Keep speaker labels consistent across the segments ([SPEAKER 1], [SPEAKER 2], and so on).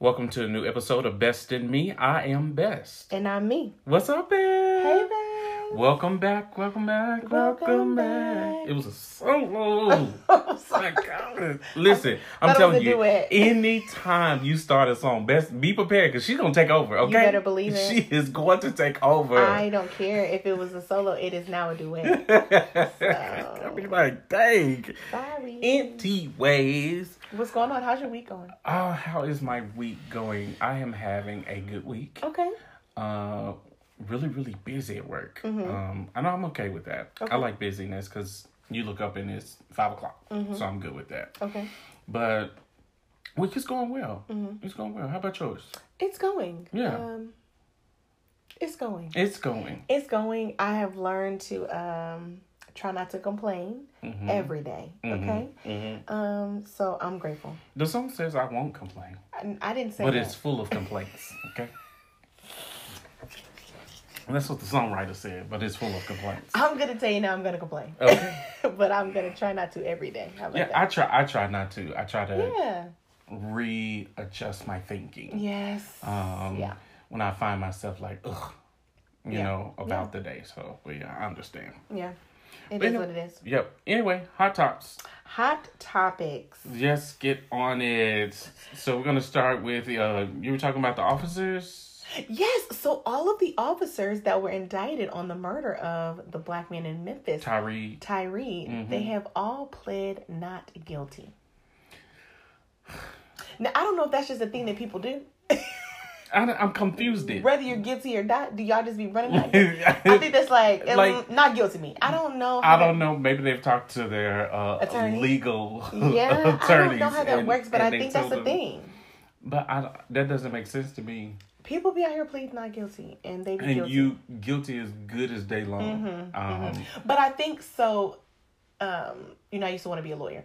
[SPEAKER 1] Welcome to a new episode of Best in Me. I am Best.
[SPEAKER 2] And I'm me.
[SPEAKER 1] What's up, babe?
[SPEAKER 2] Hey, babe.
[SPEAKER 1] Welcome back, welcome back, welcome,
[SPEAKER 2] Welcome
[SPEAKER 1] back.
[SPEAKER 2] back. Oh,
[SPEAKER 1] It was a solo.
[SPEAKER 2] I'm
[SPEAKER 1] My
[SPEAKER 2] sorry.
[SPEAKER 1] God. Listen, I'm
[SPEAKER 2] Thought it was
[SPEAKER 1] telling
[SPEAKER 2] a
[SPEAKER 1] you,
[SPEAKER 2] duet.
[SPEAKER 1] anytime you start a song, best be prepared because she's gonna take over. Okay,
[SPEAKER 2] better believe it.
[SPEAKER 1] She is going to take over.
[SPEAKER 2] I don't care if it was a solo, it is now a duet.
[SPEAKER 1] I mean, like, dang.
[SPEAKER 2] Sorry.
[SPEAKER 1] Anyways,
[SPEAKER 2] What's going on? How's your week going?
[SPEAKER 1] oh, how is my week going? I am having a good week.
[SPEAKER 2] Okay.
[SPEAKER 1] Uh, really, really busy at work. Um, I know I'm okay with that. I
[SPEAKER 2] Mm-hmm. Okay.
[SPEAKER 1] like busyness because you look up and it's five o'clock,
[SPEAKER 2] Mm-hmm.
[SPEAKER 1] so I'm good with that.
[SPEAKER 2] Okay.
[SPEAKER 1] But week is going well.
[SPEAKER 2] Mm-hmm.
[SPEAKER 1] It's going well. How about yours?
[SPEAKER 2] It's going.
[SPEAKER 1] Yeah.
[SPEAKER 2] Um, it's going.
[SPEAKER 1] It's going.
[SPEAKER 2] It's going. I have learned to um, try not to complain every day, Okay.
[SPEAKER 1] Mhm.
[SPEAKER 2] Um, so I'm grateful.
[SPEAKER 1] The song says I won't complain,
[SPEAKER 2] I, I didn't say
[SPEAKER 1] but
[SPEAKER 2] that.
[SPEAKER 1] it's full of complaints. Okay. And that's what the songwriter said, but it's full of complaints.
[SPEAKER 2] I'm gonna tell you now. I'm gonna complain,
[SPEAKER 1] Okay.
[SPEAKER 2] but I'm gonna try not to every day. How about
[SPEAKER 1] Yeah, I try. I try not to. I try
[SPEAKER 2] that?
[SPEAKER 1] to
[SPEAKER 2] yeah.
[SPEAKER 1] readjust my thinking.
[SPEAKER 2] Yes.
[SPEAKER 1] Um,
[SPEAKER 2] yeah.
[SPEAKER 1] When I find myself like, ugh, you
[SPEAKER 2] Yeah.
[SPEAKER 1] know, about the day. So, but yeah, I understand.
[SPEAKER 2] Yeah. It
[SPEAKER 1] But
[SPEAKER 2] is
[SPEAKER 1] anyway-
[SPEAKER 2] what it is.
[SPEAKER 1] Yep. Anyway, hot tops.
[SPEAKER 2] Hot topics.
[SPEAKER 1] Yes, get on it. So we're gonna start with uh, you were talking about the officers.
[SPEAKER 2] Yes, so all of the officers that were indicted on the murder of the black man in Memphis,
[SPEAKER 1] Tyree.
[SPEAKER 2] Tyree,
[SPEAKER 1] Mm-hmm.
[SPEAKER 2] they have all pled not guilty. Now, I don't know if that's just a thing that people do.
[SPEAKER 1] I, am confused. It.
[SPEAKER 2] Whether you're guilty or not, do y'all just be running like that? I think that's like, mm,
[SPEAKER 1] Like-
[SPEAKER 2] not guilty me. I don't know.
[SPEAKER 1] I don't know. Maybe they've talked to their uh,
[SPEAKER 2] Attorney?
[SPEAKER 1] legal
[SPEAKER 2] Yeah,
[SPEAKER 1] attorneys.
[SPEAKER 2] I don't know how that
[SPEAKER 1] and-
[SPEAKER 2] works, but I
[SPEAKER 1] and they
[SPEAKER 2] think that's
[SPEAKER 1] told
[SPEAKER 2] the
[SPEAKER 1] them-
[SPEAKER 2] thing.
[SPEAKER 1] But I, don't- that doesn't make sense to me.
[SPEAKER 2] People be out here pleading not guilty, and they be
[SPEAKER 1] And
[SPEAKER 2] guilty. Mm-hmm.
[SPEAKER 1] you guilty as good as day long. um,
[SPEAKER 2] But I think so. Um, you know, I used to want to be a lawyer.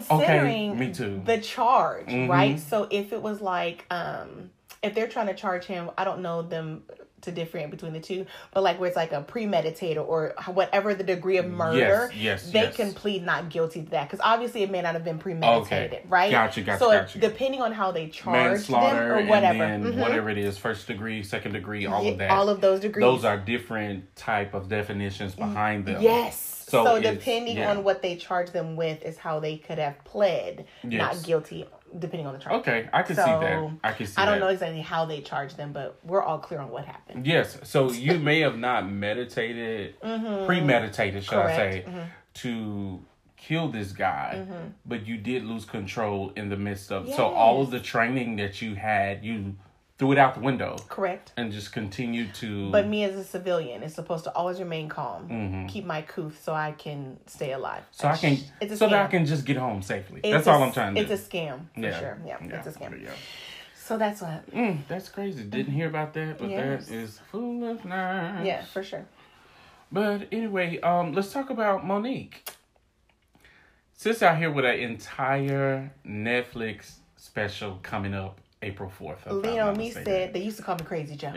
[SPEAKER 2] Considering
[SPEAKER 1] me too. Mm-hmm.
[SPEAKER 2] the charge, right? So if it was like, um, if they're trying to charge him, I don't know them to differentiate between the two, but like where it's like a premeditator or whatever the degree of murder,
[SPEAKER 1] yes,
[SPEAKER 2] they
[SPEAKER 1] yes.
[SPEAKER 2] can plead not guilty to that because obviously it may not have been premeditated, right?
[SPEAKER 1] Gotcha, gotcha,
[SPEAKER 2] So if-
[SPEAKER 1] gotcha.
[SPEAKER 2] depending on how they charge them
[SPEAKER 1] Manslaughter
[SPEAKER 2] or whatever,
[SPEAKER 1] and then
[SPEAKER 2] mhm,
[SPEAKER 1] whatever it is, first degree, second degree, all of that.
[SPEAKER 2] all of those degrees, Mm,
[SPEAKER 1] those are different type of definitions behind them.
[SPEAKER 2] Yes.
[SPEAKER 1] So
[SPEAKER 2] So,
[SPEAKER 1] it's-
[SPEAKER 2] depending
[SPEAKER 1] yeah.
[SPEAKER 2] on what they charge them with is how they could have pled
[SPEAKER 1] Yes.
[SPEAKER 2] not guilty, depending on the charge.
[SPEAKER 1] Okay, I can see that.
[SPEAKER 2] So,
[SPEAKER 1] I can see.
[SPEAKER 2] I don't
[SPEAKER 1] that.
[SPEAKER 2] know exactly how they charge them, but we're all clear on what happened.
[SPEAKER 1] Yes. So you may have not meditated, premeditated, shall I say,
[SPEAKER 2] Mm-hmm. Correct. Mm-hmm.
[SPEAKER 1] to kill this guy, but you did lose control in the midst of. So all of the training that you had, you threw it out the window
[SPEAKER 2] Correct.
[SPEAKER 1] and just continued to.
[SPEAKER 2] But me as a civilian is supposed to always remain calm, keep my coof so I can stay alive.
[SPEAKER 1] Mm-hmm. so I can,
[SPEAKER 2] It's a
[SPEAKER 1] so that I
[SPEAKER 2] scam.
[SPEAKER 1] can just get home safely.
[SPEAKER 2] It's
[SPEAKER 1] that's
[SPEAKER 2] a-
[SPEAKER 1] all I'm trying to. do.
[SPEAKER 2] It's a scam for sure. Yeah, it's a scam.
[SPEAKER 1] Yeah.
[SPEAKER 2] So that's what.
[SPEAKER 1] Mm, that's crazy. Didn't hear about that, but
[SPEAKER 2] Yes.
[SPEAKER 1] that is full of nerves.
[SPEAKER 2] Yeah, for sure.
[SPEAKER 1] But anyway, um, let's talk about Monique. Sis out here with an entire Netflix special coming up April fourth. if I'm
[SPEAKER 2] Lean
[SPEAKER 1] not
[SPEAKER 2] on me
[SPEAKER 1] mistaken.
[SPEAKER 2] said they used to call me Crazy Joe.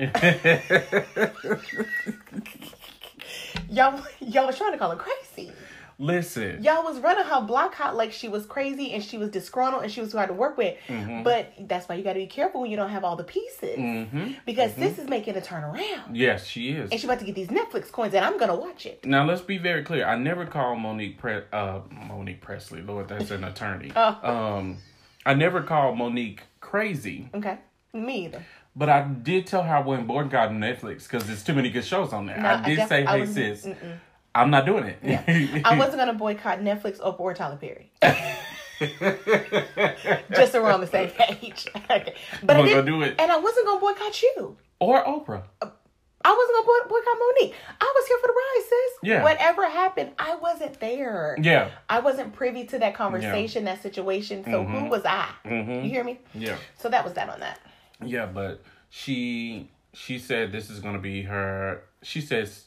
[SPEAKER 2] y'all, y'all was trying to call her crazy.
[SPEAKER 1] "Listen,
[SPEAKER 2] Y'all was running her block hot like she was crazy and she was disgruntled and she was hard to work with. But that's why you got to be careful when you don't have all the pieces because this is making a turnaround
[SPEAKER 1] yes, she is."
[SPEAKER 2] and she about to get these Netflix coins and I'm gonna watch it.
[SPEAKER 1] now let's be very clear. I never call Monique Pre- uh Monique Presley. Lord, that's an attorney.
[SPEAKER 2] Oh.
[SPEAKER 1] Um, I never called Monique crazy,
[SPEAKER 2] Okay, me either.
[SPEAKER 1] but I did tell her I wasn't bored got Netflix because there's too many good shows on there.
[SPEAKER 2] No,
[SPEAKER 1] I
[SPEAKER 2] I
[SPEAKER 1] did
[SPEAKER 2] def-
[SPEAKER 1] say, "Hey,
[SPEAKER 2] I was-
[SPEAKER 1] sis, I'm not doing it."
[SPEAKER 2] I wasn't gonna boycott Netflix, Oprah, or Tyler Perry. Just so we're on the same page. okay. But I
[SPEAKER 1] We're gonna
[SPEAKER 2] didn't-
[SPEAKER 1] do it.
[SPEAKER 2] And I wasn't gonna boycott you.
[SPEAKER 1] or Oprah.
[SPEAKER 2] I wasn't gonna boy- boycott Monique. I was here for the ride, sis.
[SPEAKER 1] Yeah.
[SPEAKER 2] Whatever happened, I wasn't there.
[SPEAKER 1] Yeah.
[SPEAKER 2] I wasn't privy to that conversation, that situation. So who was I? You hear me?
[SPEAKER 1] Mm-hmm. Yeah.
[SPEAKER 2] So that was that on that.
[SPEAKER 1] Yeah, but she she said this is gonna be her. She says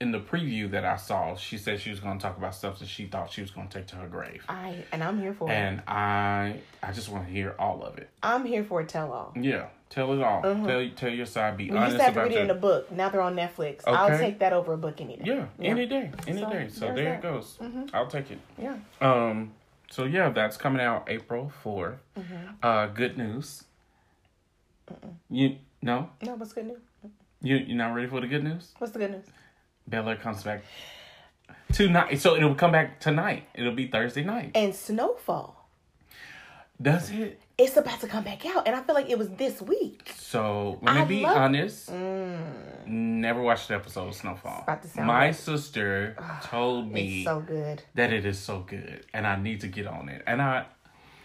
[SPEAKER 1] in the preview that I saw, she said she was gonna talk about stuff that she thought she was gonna take to her grave,
[SPEAKER 2] I and I'm here for it.
[SPEAKER 1] and I I just want to hear all of it.
[SPEAKER 2] I'm here for a tell all.
[SPEAKER 1] Yeah, tell it all. Tell tell your side. Be
[SPEAKER 2] You
[SPEAKER 1] honest
[SPEAKER 2] used to Uh-huh. have to
[SPEAKER 1] about
[SPEAKER 2] read it in a
[SPEAKER 1] it.
[SPEAKER 2] book. Now they're on Netflix. I'll
[SPEAKER 1] Okay.
[SPEAKER 2] take that over a book any day.
[SPEAKER 1] Yeah, any day, any
[SPEAKER 2] So,
[SPEAKER 1] day. So
[SPEAKER 2] there's
[SPEAKER 1] there it
[SPEAKER 2] that.
[SPEAKER 1] goes.
[SPEAKER 2] Mm-hmm.
[SPEAKER 1] I'll take it.
[SPEAKER 2] Yeah. Mm-hmm.
[SPEAKER 1] Um. So yeah, that's coming out April 4th Uh, good news. You no,
[SPEAKER 2] No, what's good news?
[SPEAKER 1] you you're not ready for the good news.
[SPEAKER 2] What's the good news?
[SPEAKER 1] Bel Air comes back tonight, so it'll come back tonight. It'll be Thursday night.
[SPEAKER 2] And Snowfall.
[SPEAKER 1] Does it?
[SPEAKER 2] It's about to come back out, and I feel like it was this week.
[SPEAKER 1] So let me
[SPEAKER 2] I
[SPEAKER 1] be
[SPEAKER 2] love- Mm.
[SPEAKER 1] honest. Never watched an episode of Snowfall.
[SPEAKER 2] about to sound
[SPEAKER 1] My
[SPEAKER 2] like-
[SPEAKER 1] sister told me
[SPEAKER 2] It's so good.
[SPEAKER 1] that it is so good, and I need to get on it. And I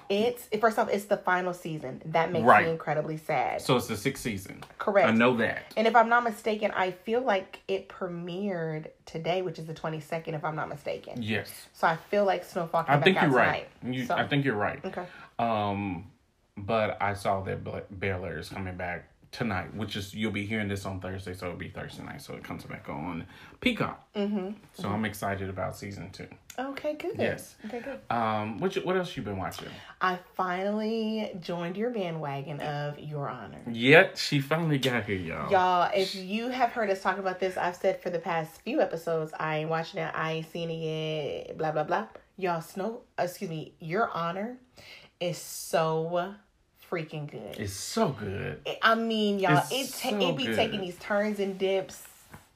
[SPEAKER 2] It's first off, it's the final season. That makes
[SPEAKER 1] Right.
[SPEAKER 2] me incredibly sad.
[SPEAKER 1] so it's the sixth season.
[SPEAKER 2] Correct.
[SPEAKER 1] I know that.
[SPEAKER 2] And if I'm not mistaken, I feel like it premiered today, which is the 22nd, if I'm not mistaken.
[SPEAKER 1] Yes,
[SPEAKER 2] So I feel like Snowfall came
[SPEAKER 1] I think
[SPEAKER 2] back
[SPEAKER 1] you're
[SPEAKER 2] out
[SPEAKER 1] right.
[SPEAKER 2] tonight.
[SPEAKER 1] You,
[SPEAKER 2] So-
[SPEAKER 1] I think you're right.
[SPEAKER 2] Okay.
[SPEAKER 1] Um, but I saw that Bel- Bel Air is coming back tonight, which is you'll be hearing this on Thursday, so it'll be Thursday night. So it comes back on Peacock. Mm-hmm. So I'm excited about season two.
[SPEAKER 2] Okay, good.
[SPEAKER 1] Yes.
[SPEAKER 2] Okay, good.
[SPEAKER 1] Um, what you, what else you been watching?
[SPEAKER 2] I finally joined your bandwagon of Your Honor.
[SPEAKER 1] Yet she finally got here, y'all.
[SPEAKER 2] Y'all, if you have heard us talking about this, I've said for the past few episodes, I ain't watching it, I ain't seen it yet, blah, blah, blah. Y'all, Snow, excuse me, Your Honor is so freaking good.
[SPEAKER 1] It's so good.
[SPEAKER 2] I mean, y'all,
[SPEAKER 1] It's
[SPEAKER 2] it, ta-
[SPEAKER 1] so
[SPEAKER 2] it be
[SPEAKER 1] good.
[SPEAKER 2] taking these turns and dips.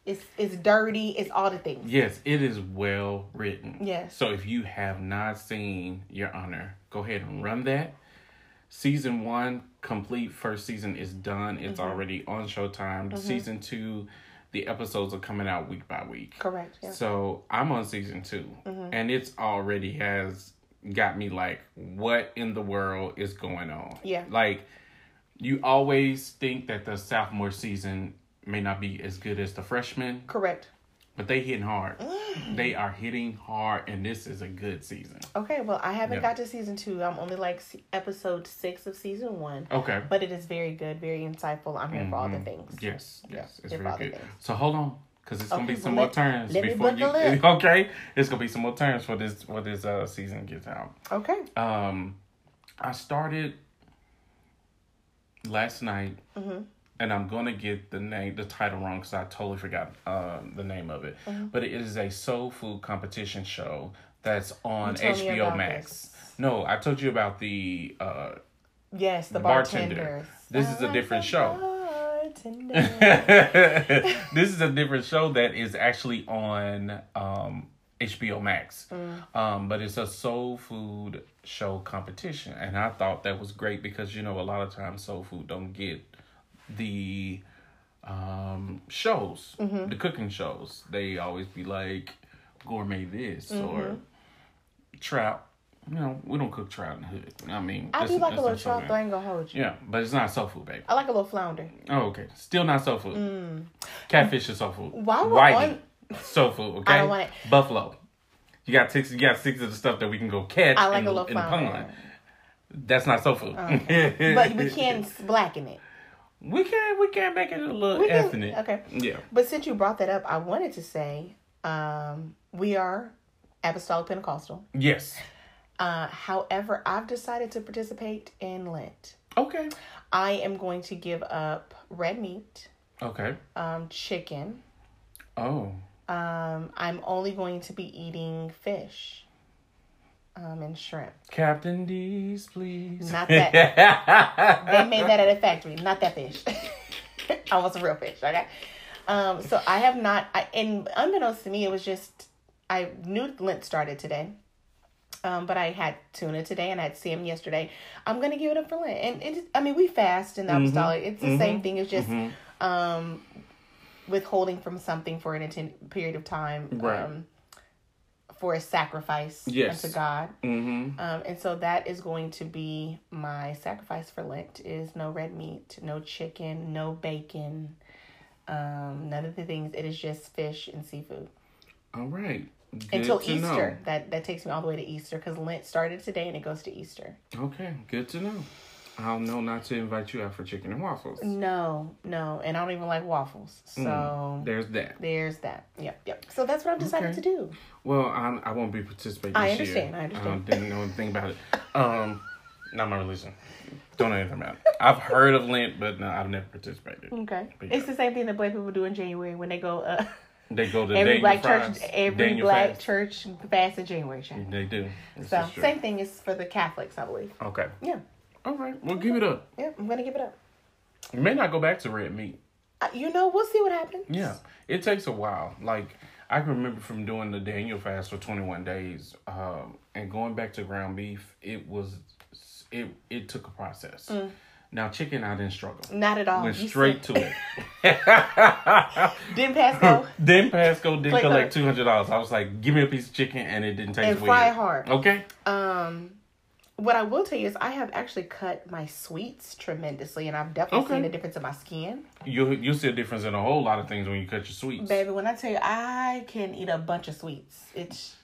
[SPEAKER 2] It's, it's dirty, it's all the things.
[SPEAKER 1] Yes, it is well written.
[SPEAKER 2] Yes.
[SPEAKER 1] So if you have not seen Your Honor, go ahead and run that. Season one, complete first season is done. It's
[SPEAKER 2] Mm-hmm.
[SPEAKER 1] already on Showtime. Season two, the episodes are coming out week by week.
[SPEAKER 2] Correct. Yeah. Mm-hmm.
[SPEAKER 1] So I'm on season 2 and it's already has got me like, what in the world is going on?
[SPEAKER 2] Yeah.
[SPEAKER 1] Like, you always think that the sophomore season may not be as good as the freshman,
[SPEAKER 2] Correct.
[SPEAKER 1] but they hitting hard.
[SPEAKER 2] Mm.
[SPEAKER 1] They are hitting hard, and this is a good season.
[SPEAKER 2] Okay, well, I haven't
[SPEAKER 1] Yeah.
[SPEAKER 2] got to season two. I'm only like se- episode six of season one.
[SPEAKER 1] Okay.
[SPEAKER 2] But it is very good, very insightful. I'm here for all the things.
[SPEAKER 1] Mm-hmm. Yes, yes, it's
[SPEAKER 2] If
[SPEAKER 1] very
[SPEAKER 2] all the
[SPEAKER 1] good.
[SPEAKER 2] things.
[SPEAKER 1] So hold on, because it's gonna
[SPEAKER 2] Okay,
[SPEAKER 1] be some
[SPEAKER 2] well,
[SPEAKER 1] more
[SPEAKER 2] let-
[SPEAKER 1] turns
[SPEAKER 2] let me
[SPEAKER 1] before you.
[SPEAKER 2] buckle up.
[SPEAKER 1] Okay, it's gonna be some more turns for this for this uh season gets out.
[SPEAKER 2] Okay.
[SPEAKER 1] Um, I started last night,
[SPEAKER 2] Mm-hmm.
[SPEAKER 1] and I'm gonna get the name, the title wrong because I totally forgot uh, the name of it.
[SPEAKER 2] Mm-hmm.
[SPEAKER 1] But it is a soul food competition show that's on
[SPEAKER 2] told me
[SPEAKER 1] HBO
[SPEAKER 2] about
[SPEAKER 1] Max.
[SPEAKER 2] this.
[SPEAKER 1] No, I told you about the uh,
[SPEAKER 2] Yes, the
[SPEAKER 1] bartender.
[SPEAKER 2] bartenders.
[SPEAKER 1] This is a
[SPEAKER 2] I
[SPEAKER 1] different
[SPEAKER 2] like
[SPEAKER 1] show.
[SPEAKER 2] bartender.
[SPEAKER 1] this is a different show that is actually on um, HBO Max,
[SPEAKER 2] Mm.
[SPEAKER 1] um, but it's a soul food show competition, and I thought that was great because you know a lot of times soul food don't get the um, shows,
[SPEAKER 2] Mm-hmm.
[SPEAKER 1] the cooking shows. They always be like gourmet this
[SPEAKER 2] Mm-hmm.
[SPEAKER 1] or trout. You know, we don't cook trout in the hood. I mean,
[SPEAKER 2] I
[SPEAKER 1] that's-
[SPEAKER 2] do like
[SPEAKER 1] that's
[SPEAKER 2] a little
[SPEAKER 1] not soul
[SPEAKER 2] trout,
[SPEAKER 1] food.
[SPEAKER 2] though. I ain't gonna hold you.
[SPEAKER 1] Yeah, but it's not soul food, baby.
[SPEAKER 2] I like a little flounder.
[SPEAKER 1] Oh, okay. Still not soul fould.
[SPEAKER 2] Mm.
[SPEAKER 1] Catfish is soul food.
[SPEAKER 2] While we're
[SPEAKER 1] Whitey, soul food. Okay.
[SPEAKER 2] I don't want it.
[SPEAKER 1] Buffalo. You got six. You got six of the stuff that we can go catch
[SPEAKER 2] I like
[SPEAKER 1] in,
[SPEAKER 2] a
[SPEAKER 1] the-
[SPEAKER 2] little
[SPEAKER 1] in the
[SPEAKER 2] flounder.
[SPEAKER 1] pond. That's not soul food.
[SPEAKER 2] But we can blacken it.
[SPEAKER 1] we can we can make it a little
[SPEAKER 2] We can-
[SPEAKER 1] ethnic.
[SPEAKER 2] okay.
[SPEAKER 1] Yeah.
[SPEAKER 2] But since you brought that up, I wanted to say um, we are Apostolic Pentecostal.
[SPEAKER 1] Yes.
[SPEAKER 2] Uh, however, I've decided to participate in Lent.
[SPEAKER 1] Okay.
[SPEAKER 2] I am going to give up red meat,
[SPEAKER 1] Okay.
[SPEAKER 2] um, chicken.
[SPEAKER 1] Oh.
[SPEAKER 2] Um, I'm only going to be eating fish um, and shrimp.
[SPEAKER 1] Captain D's, please.
[SPEAKER 2] Not that. they made that at a factory. Not that fish. I want some real fish. Okay. Um, so I have not. I, and unbeknownst to me, it was just I knew Lent started today. Um, but I had tuna today and I had Sam yesterday. I'm gonna give it up for Lent. And it just, I mean, we fast in the apostolic. It's the same thing. It's just um, withholding from something for an intent period of time.
[SPEAKER 1] Right.
[SPEAKER 2] Um, for a sacrifice
[SPEAKER 1] Yes.
[SPEAKER 2] unto God.
[SPEAKER 1] Mm-hmm.
[SPEAKER 2] Um, and so that is going to be my sacrifice for Lent is no red meat, no chicken, no bacon, um, none of the things. It is just fish and seafood
[SPEAKER 1] All right. Good
[SPEAKER 2] until
[SPEAKER 1] to
[SPEAKER 2] Easter.
[SPEAKER 1] know.
[SPEAKER 2] That that takes me all the way to Easter because Lent started today and it goes to Easter.
[SPEAKER 1] Okay. Good to know. I'll know not to invite you out for chicken and waffles.
[SPEAKER 2] Mm. No, no, and I don't even like waffles. So
[SPEAKER 1] Mm. There's that.
[SPEAKER 2] there's that. Yep, yep. So that's what I've decided
[SPEAKER 1] Okay.
[SPEAKER 2] to do.
[SPEAKER 1] Well, I'm, I won't be participating.
[SPEAKER 2] I
[SPEAKER 1] this year.
[SPEAKER 2] understand, I understand.
[SPEAKER 1] Um, didn't know anything about it. Um, not my religion. Don't know anything about it. I've heard of Lent, but no, I've never participated.
[SPEAKER 2] Okay,
[SPEAKER 1] Yeah.
[SPEAKER 2] it's the same thing that black people do in January when they go. Uh,
[SPEAKER 1] They go to
[SPEAKER 2] every
[SPEAKER 1] Daniel
[SPEAKER 2] black
[SPEAKER 1] fries,
[SPEAKER 2] church, every
[SPEAKER 1] Daniel
[SPEAKER 2] black
[SPEAKER 1] fast.
[SPEAKER 2] church fasts in January. child.
[SPEAKER 1] They do. This
[SPEAKER 2] So
[SPEAKER 1] is true. Um,
[SPEAKER 2] same thing is for the Catholics, I believe.
[SPEAKER 1] Okay.
[SPEAKER 2] Yeah,
[SPEAKER 1] All right. Well, give it up.
[SPEAKER 2] yeah. I'm gonna give it up.
[SPEAKER 1] You may not go back to red meat.
[SPEAKER 2] Uh, You know, we'll see what happens.
[SPEAKER 1] Yeah, it takes a while. Like I can remember from doing the Daniel fast for twenty one days, um, and going back to ground beef. It was it it took a process.
[SPEAKER 2] Mm.
[SPEAKER 1] Now chicken, I didn't struggle.
[SPEAKER 2] Not at all.
[SPEAKER 1] Went
[SPEAKER 2] You
[SPEAKER 1] straight
[SPEAKER 2] said-
[SPEAKER 1] to it.
[SPEAKER 2] Didn't pass go.
[SPEAKER 1] Then Pasco did
[SPEAKER 2] Click
[SPEAKER 1] collect
[SPEAKER 2] on
[SPEAKER 1] two hundred dollars. I was like, "Give me a piece of chicken," and it didn't taste
[SPEAKER 2] And
[SPEAKER 1] weird.
[SPEAKER 2] fry hard.
[SPEAKER 1] Okay.
[SPEAKER 2] Um, what I will tell you is I have actually cut my sweets tremendously, and I've definitely
[SPEAKER 1] Okay.
[SPEAKER 2] seen a difference in my skin.
[SPEAKER 1] You you see a difference in a whole lot of things when you cut your sweets.
[SPEAKER 2] Baby, when I tell you I can eat a bunch of sweets, it's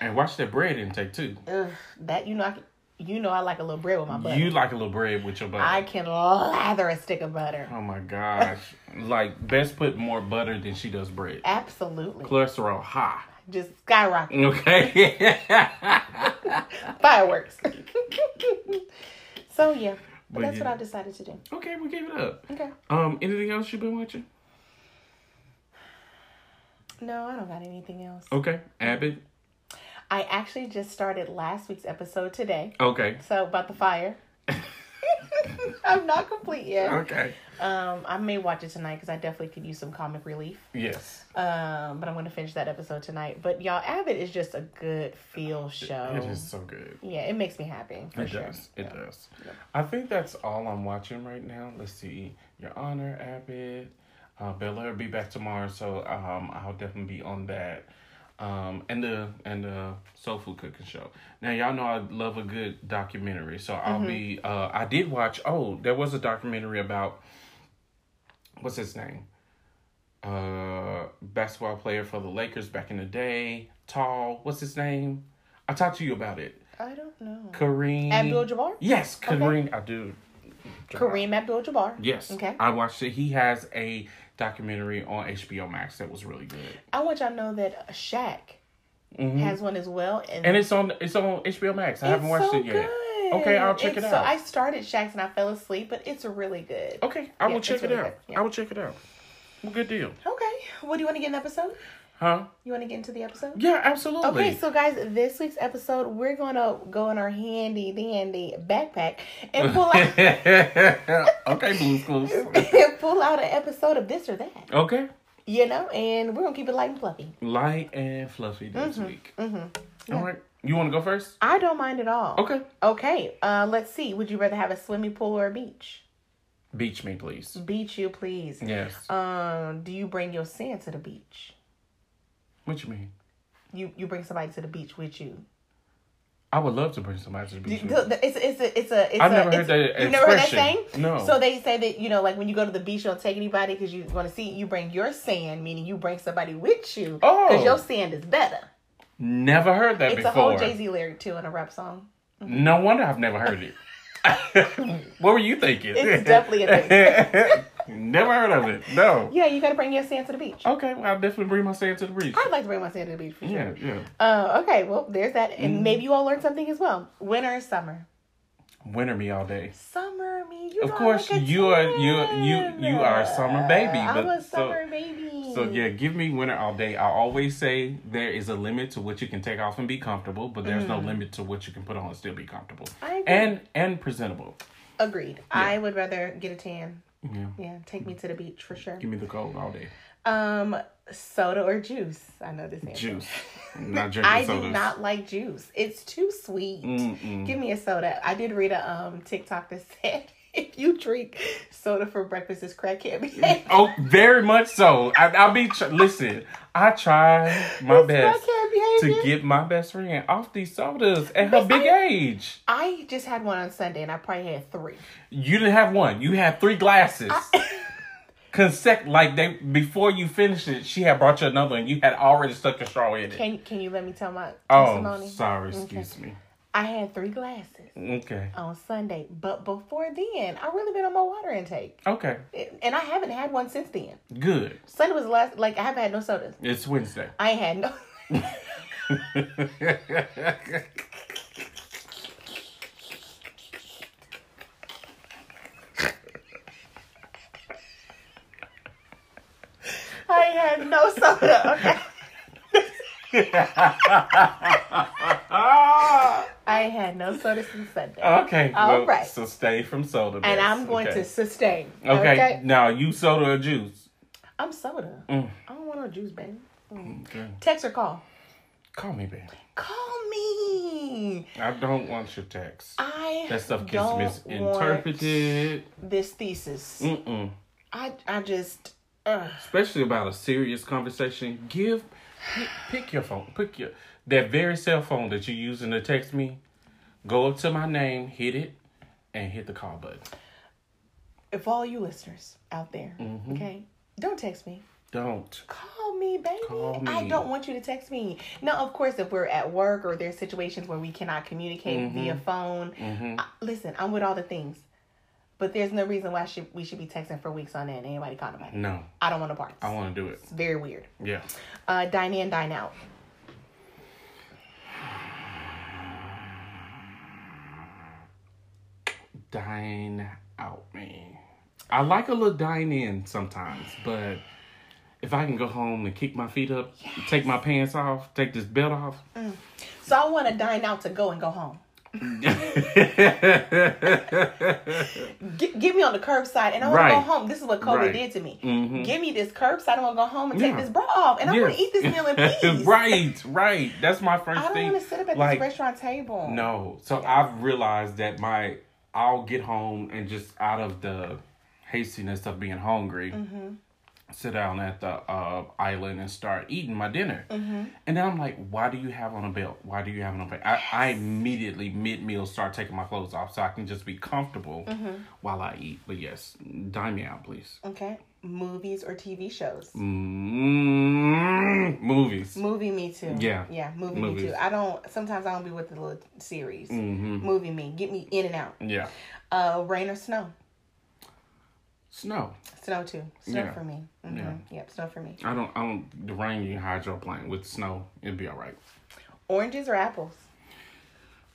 [SPEAKER 1] And watch that bread intake too.
[SPEAKER 2] ugh, that you know I can, you know I like a little bread with my butter.
[SPEAKER 1] You like a little bread with your butter.
[SPEAKER 2] I can lather a stick of butter.
[SPEAKER 1] oh my gosh! like best put more butter than she does bread.
[SPEAKER 2] Absolutely,
[SPEAKER 1] Cholesterol high.
[SPEAKER 2] just skyrocket
[SPEAKER 1] Okay.
[SPEAKER 2] fireworks. so yeah,
[SPEAKER 1] But
[SPEAKER 2] but that's
[SPEAKER 1] yeah.
[SPEAKER 2] what I decided to do.
[SPEAKER 1] okay, we gave it up.
[SPEAKER 2] Okay.
[SPEAKER 1] Um, anything else you've been watching?
[SPEAKER 2] No, I don't got anything else.
[SPEAKER 1] Okay, Abbott.
[SPEAKER 2] I actually just started last week's episode today.
[SPEAKER 1] Okay.
[SPEAKER 2] So about the fire. I'm not complete yet.
[SPEAKER 1] Okay.
[SPEAKER 2] Um, I may watch it tonight because I definitely could use some comic relief.
[SPEAKER 1] Yes.
[SPEAKER 2] Um, but I'm going to finish that episode tonight. But y'all, Abbott is just a good feel show.
[SPEAKER 1] It is so good.
[SPEAKER 2] Yeah, it makes me happy for
[SPEAKER 1] It
[SPEAKER 2] sure.
[SPEAKER 1] does. It does. I think that's all I'm watching right now. Let's see. Your Honor, Abbott. Uh, Bella will be back tomorrow, so um, I'll definitely be on that. Um, and the and the soul food cooking show. Now y'all know I love a good documentary, so I'll
[SPEAKER 2] Mm-hmm.
[SPEAKER 1] be. Uh, I did watch. Oh, there was a documentary about what's his name? Uh, basketball player for the Lakers back in the day. Tall. What's his name? I talked to you about it.
[SPEAKER 2] I don't know.
[SPEAKER 1] Kareem.
[SPEAKER 2] Abdul Jabbar?
[SPEAKER 1] Yes, Kareem I do.
[SPEAKER 2] Kareem Abdul Jabbar.
[SPEAKER 1] Yes.
[SPEAKER 2] Okay.
[SPEAKER 1] I watched it. He has a documentary on HBO Max that was really good.
[SPEAKER 2] I want y'all to know that Shaq has one as well.
[SPEAKER 1] Mm-hmm.
[SPEAKER 2] And,
[SPEAKER 1] And it's on it's on HBO Max. I haven't
[SPEAKER 2] it's
[SPEAKER 1] watched
[SPEAKER 2] so
[SPEAKER 1] it yet.
[SPEAKER 2] good.
[SPEAKER 1] Okay, I'll check
[SPEAKER 2] It's-
[SPEAKER 1] it out.
[SPEAKER 2] So I started Shaq's and I fell asleep, but it's really good.
[SPEAKER 1] okay, I
[SPEAKER 2] Yeah,
[SPEAKER 1] will
[SPEAKER 2] it's
[SPEAKER 1] check it
[SPEAKER 2] really
[SPEAKER 1] out.
[SPEAKER 2] good. Yeah.
[SPEAKER 1] I will check it out. Well, good deal.
[SPEAKER 2] Okay. Well, do you want to get an episode?
[SPEAKER 1] Huh?
[SPEAKER 2] You want to get into the episode?
[SPEAKER 1] Yeah, absolutely.
[SPEAKER 2] Okay, so guys, this week's episode, we're gonna go in our handy dandy backpack and pull out
[SPEAKER 1] okay, Blue Schools.
[SPEAKER 2] and pull out an episode of this or that,
[SPEAKER 1] Okay.
[SPEAKER 2] you know, and we're gonna keep it light and fluffy.
[SPEAKER 1] Light and fluffy this
[SPEAKER 2] Mm-hmm,
[SPEAKER 1] week. All right. You want to go first?
[SPEAKER 2] I don't mind at all.
[SPEAKER 1] Okay.
[SPEAKER 2] Okay. Uh, let's see. Would you rather have a swimming pool or a beach?
[SPEAKER 1] Beach me, please.
[SPEAKER 2] Beach, you please.
[SPEAKER 1] Yes.
[SPEAKER 2] Um, do you bring your sand to the beach?
[SPEAKER 1] what you mean?
[SPEAKER 2] You you bring somebody to the beach with you.
[SPEAKER 1] I would love to bring somebody to the
[SPEAKER 2] The-
[SPEAKER 1] beach. with me.
[SPEAKER 2] the- It's it's a it's a. It's
[SPEAKER 1] I've never
[SPEAKER 2] a,
[SPEAKER 1] heard
[SPEAKER 2] it's-
[SPEAKER 1] that
[SPEAKER 2] You've never heard that saying?
[SPEAKER 1] expression. No.
[SPEAKER 2] So they say that you know, like when you go to the beach, you don't take anybody because you want to see. You bring your sand, meaning you bring somebody with you because
[SPEAKER 1] Oh.
[SPEAKER 2] your sand is better.
[SPEAKER 1] Never heard that
[SPEAKER 2] It's
[SPEAKER 1] before.
[SPEAKER 2] a whole Jay Z lyric too in a rap song.
[SPEAKER 1] No wonder I've never heard it. what were you thinking?
[SPEAKER 2] It's definitely a thing.
[SPEAKER 1] never heard of it. No.
[SPEAKER 2] yeah, you gotta bring your sand to the beach.
[SPEAKER 1] Okay, well, I'll definitely bring my sand to the breeze.
[SPEAKER 2] I'd like to bring my sand to the beach for sure.
[SPEAKER 1] Yeah, Mm. yeah.
[SPEAKER 2] Uh, okay, well, there's that, and maybe you all learned something as well. Winter or summer?
[SPEAKER 1] Winter me all day.
[SPEAKER 2] Summer, me. You
[SPEAKER 1] Of
[SPEAKER 2] know I
[SPEAKER 1] course,
[SPEAKER 2] like a
[SPEAKER 1] you are you
[SPEAKER 2] tan.
[SPEAKER 1] you you are a summer baby.
[SPEAKER 2] I'm
[SPEAKER 1] but
[SPEAKER 2] a summer baby.
[SPEAKER 1] so, so yeah, give me winter all day. I always say there is a limit to what you can take off and be comfortable, but there's no limit to what you can put on and still be comfortable
[SPEAKER 2] Mm. I agree.
[SPEAKER 1] and and presentable.
[SPEAKER 2] Agreed. I would rather get a tan.
[SPEAKER 1] Yeah,
[SPEAKER 2] Yeah, take me to the beach for sure.
[SPEAKER 1] give me the cold all day.
[SPEAKER 2] Um, soda or juice? I know this answer.
[SPEAKER 1] Juice, not drinking
[SPEAKER 2] I
[SPEAKER 1] sodas.
[SPEAKER 2] do not like juice. It's too sweet. Give me a soda. I did read a um TikTok that said if you drink soda for breakfast, it's crackhead behavior.
[SPEAKER 1] Oh, very much so. I, I'll be tr- listen. I try my
[SPEAKER 2] It's
[SPEAKER 1] best
[SPEAKER 2] crackhead
[SPEAKER 1] to
[SPEAKER 2] behavior.
[SPEAKER 1] get my best friend off these sodas at her big age.
[SPEAKER 2] I just had one on Sunday, and I probably had three.
[SPEAKER 1] You didn't have one. You had three glasses. Consec like they before you finished it, she had brought you another, and you had already stuck your straw in it.
[SPEAKER 2] Can Can you let me tell my
[SPEAKER 1] oh,
[SPEAKER 2] testimony?
[SPEAKER 1] sorry. Excuse me.
[SPEAKER 2] I had three glasses
[SPEAKER 1] Okay.
[SPEAKER 2] on Sunday, but before then, I really been on my water intake,
[SPEAKER 1] Okay.
[SPEAKER 2] and I haven't had one since then.
[SPEAKER 1] Good.
[SPEAKER 2] Sunday was the last. Like I haven't had no sodas.
[SPEAKER 1] It's Wednesday.
[SPEAKER 2] I ain't had no. I ain't had no soda. Okay. I I ain't had no soda since
[SPEAKER 1] Oh,
[SPEAKER 2] Sunday.
[SPEAKER 1] Okay.
[SPEAKER 2] All
[SPEAKER 1] well,
[SPEAKER 2] right.
[SPEAKER 1] So stay from soda.
[SPEAKER 2] and
[SPEAKER 1] best.
[SPEAKER 2] I'm going
[SPEAKER 1] okay.
[SPEAKER 2] to sustain.
[SPEAKER 1] Okay. Now you soda or juice?
[SPEAKER 2] I'm soda.
[SPEAKER 1] Mm.
[SPEAKER 2] I don't want no juice, baby.
[SPEAKER 1] Okay.
[SPEAKER 2] Text or call.
[SPEAKER 1] Call me, baby.
[SPEAKER 2] Call me.
[SPEAKER 1] I don't want your text.
[SPEAKER 2] I
[SPEAKER 1] That stuff gets
[SPEAKER 2] don't
[SPEAKER 1] misinterpreted. Mm.
[SPEAKER 2] want this thesis.
[SPEAKER 1] Mm-mm.
[SPEAKER 2] I I just uh,
[SPEAKER 1] Especially about a serious conversation. Give, pick, pick your phone. Pick your that very cell phone that you're using to text me. Go up to my name, hit it, and hit the call button.
[SPEAKER 2] if all you listeners out there,
[SPEAKER 1] Mm-hmm.
[SPEAKER 2] okay, don't text me.
[SPEAKER 1] Don't.
[SPEAKER 2] Call me, baby.
[SPEAKER 1] Call me.
[SPEAKER 2] I don't want you to text me. Now, of course, if we're at work or there's situations where we cannot communicate
[SPEAKER 1] Mm-hmm.
[SPEAKER 2] via phone, I- listen, I'm with all the things. But there's no reason why should, we should be texting for weeks on end. Anybody calling about it.
[SPEAKER 1] No.
[SPEAKER 2] I don't want to part.
[SPEAKER 1] I want to do it.
[SPEAKER 2] It's very weird.
[SPEAKER 1] Yeah.
[SPEAKER 2] Uh, dine in, dine out.
[SPEAKER 1] Dine out, man. I like a little dine in sometimes, but if I can go home and kick my feet up, take my pants off, take this belt off,
[SPEAKER 2] So I want to dine out to go and go home. G- give me on the curbside, and I want to go
[SPEAKER 1] Right.
[SPEAKER 2] home. This is what COVID
[SPEAKER 1] Right. Mm-hmm.
[SPEAKER 2] did to me. Give me this curbside. I want to go home and take
[SPEAKER 1] Yeah.
[SPEAKER 2] this bra off, and I want
[SPEAKER 1] Yes.
[SPEAKER 2] to eat this meal in peace.
[SPEAKER 1] right, right. That's my first
[SPEAKER 2] I don't
[SPEAKER 1] thing.
[SPEAKER 2] want to sit up at
[SPEAKER 1] like,
[SPEAKER 2] this restaurant table.
[SPEAKER 1] No. So I've realized that my I'll get home and just out of the hastiness of being hungry, sit down at the uh, island and start eating my dinner. And then I'm like, why do you have on a belt? Why do you have on a belt? I, I immediately mid meal start taking my clothes off so I can just be comfortable while I eat. But yes, dime me out, please.
[SPEAKER 2] Okay. Movies or TV shows.
[SPEAKER 1] mm Movies.
[SPEAKER 2] Movie me too.
[SPEAKER 1] Yeah.
[SPEAKER 2] Yeah, movie me
[SPEAKER 1] Movies. Mm-hmm.
[SPEAKER 2] too. I don't sometimes I don't be with the little series. Movie me. Get me in and out.
[SPEAKER 1] Yeah.
[SPEAKER 2] Uh rain or snow.
[SPEAKER 1] Snow.
[SPEAKER 2] Snow too. Snow
[SPEAKER 1] Yeah.
[SPEAKER 2] for me. hmm
[SPEAKER 1] Yeah.
[SPEAKER 2] Yep, snow for me.
[SPEAKER 1] I don't. I don't. The rain you hydroplane with snow, it'd be all right.
[SPEAKER 2] Oranges or apples?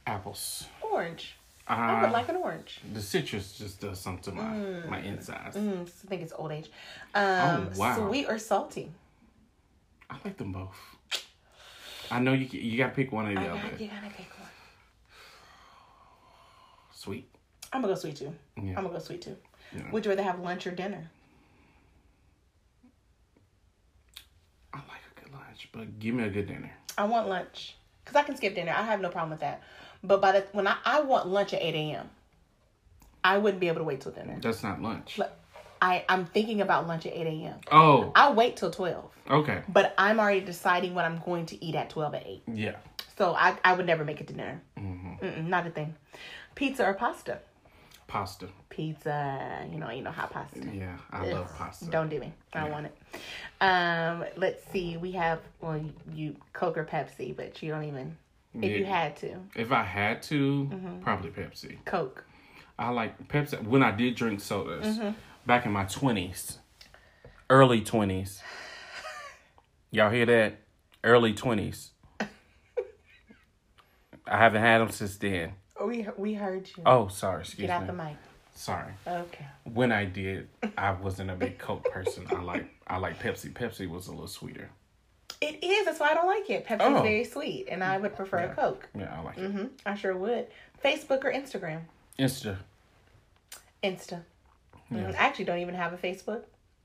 [SPEAKER 1] Apples.
[SPEAKER 2] Orange. I
[SPEAKER 1] Uh,
[SPEAKER 2] would like an orange.
[SPEAKER 1] the citrus just does something to my my insides.
[SPEAKER 2] Ah. Mm, I think it's old age. Um
[SPEAKER 1] Oh, wow.
[SPEAKER 2] sweet or salty?
[SPEAKER 1] I like them both. I know you ca- you gotta pick one or the
[SPEAKER 2] Yeah,
[SPEAKER 1] other.
[SPEAKER 2] you gotta pick one.
[SPEAKER 1] Sweet.
[SPEAKER 2] I'm gonna go sweet too.
[SPEAKER 1] Yeah.
[SPEAKER 2] I'm gonna go sweet too.
[SPEAKER 1] Yeah.
[SPEAKER 2] Would you rather have lunch or dinner?
[SPEAKER 1] I like a good lunch, but give me a good dinner.
[SPEAKER 2] I want lunch because I can skip dinner. I have no problem with that. But by the when I, I want lunch at eight a.m., I wouldn't be able to wait till dinner.
[SPEAKER 1] That's not lunch.
[SPEAKER 2] But I I'm thinking about lunch at eight a.m.
[SPEAKER 1] Oh,
[SPEAKER 2] I wait till twelve,
[SPEAKER 1] okay.
[SPEAKER 2] but I'm already deciding what I'm going to eat at twelve at eight.
[SPEAKER 1] Yeah.
[SPEAKER 2] So I I would never make it to dinner.
[SPEAKER 1] Mm-hmm.
[SPEAKER 2] Mm-mm, not a thing. Pizza or pasta?
[SPEAKER 1] Pasta.
[SPEAKER 2] Pizza. You know you know hot pasta.
[SPEAKER 1] Yeah, I love pasta.
[SPEAKER 2] Don't do me. I don't want it. Um, let's see. We have well, you Coke or Pepsi, but you don't even. If you
[SPEAKER 1] Yeah.
[SPEAKER 2] had to,
[SPEAKER 1] If I had to,
[SPEAKER 2] Mm-hmm.
[SPEAKER 1] probably Pepsi.
[SPEAKER 2] Coke.
[SPEAKER 1] I like Pepsi. When I did drink sodas
[SPEAKER 2] Mm-hmm.
[SPEAKER 1] back in my twenties, early twenties. Y'all hear that? Early twenties. I haven't had them since then.
[SPEAKER 2] Oh, We we heard you.
[SPEAKER 1] Oh, sorry. Excuse
[SPEAKER 2] Get out
[SPEAKER 1] me.
[SPEAKER 2] the mic.
[SPEAKER 1] Sorry.
[SPEAKER 2] Okay.
[SPEAKER 1] When I did, I wasn't a big Coke person. I like I like Pepsi. Pepsi was a little sweeter.
[SPEAKER 2] It is. That's why I don't like it. Pepsi's
[SPEAKER 1] Oh.
[SPEAKER 2] very sweet, and I would prefer a Coke.
[SPEAKER 1] Yeah, I like
[SPEAKER 2] hmm I sure would. Facebook or Instagram?
[SPEAKER 1] it. Insta.
[SPEAKER 2] Insta. Mhm. I actually don't even have a Facebook.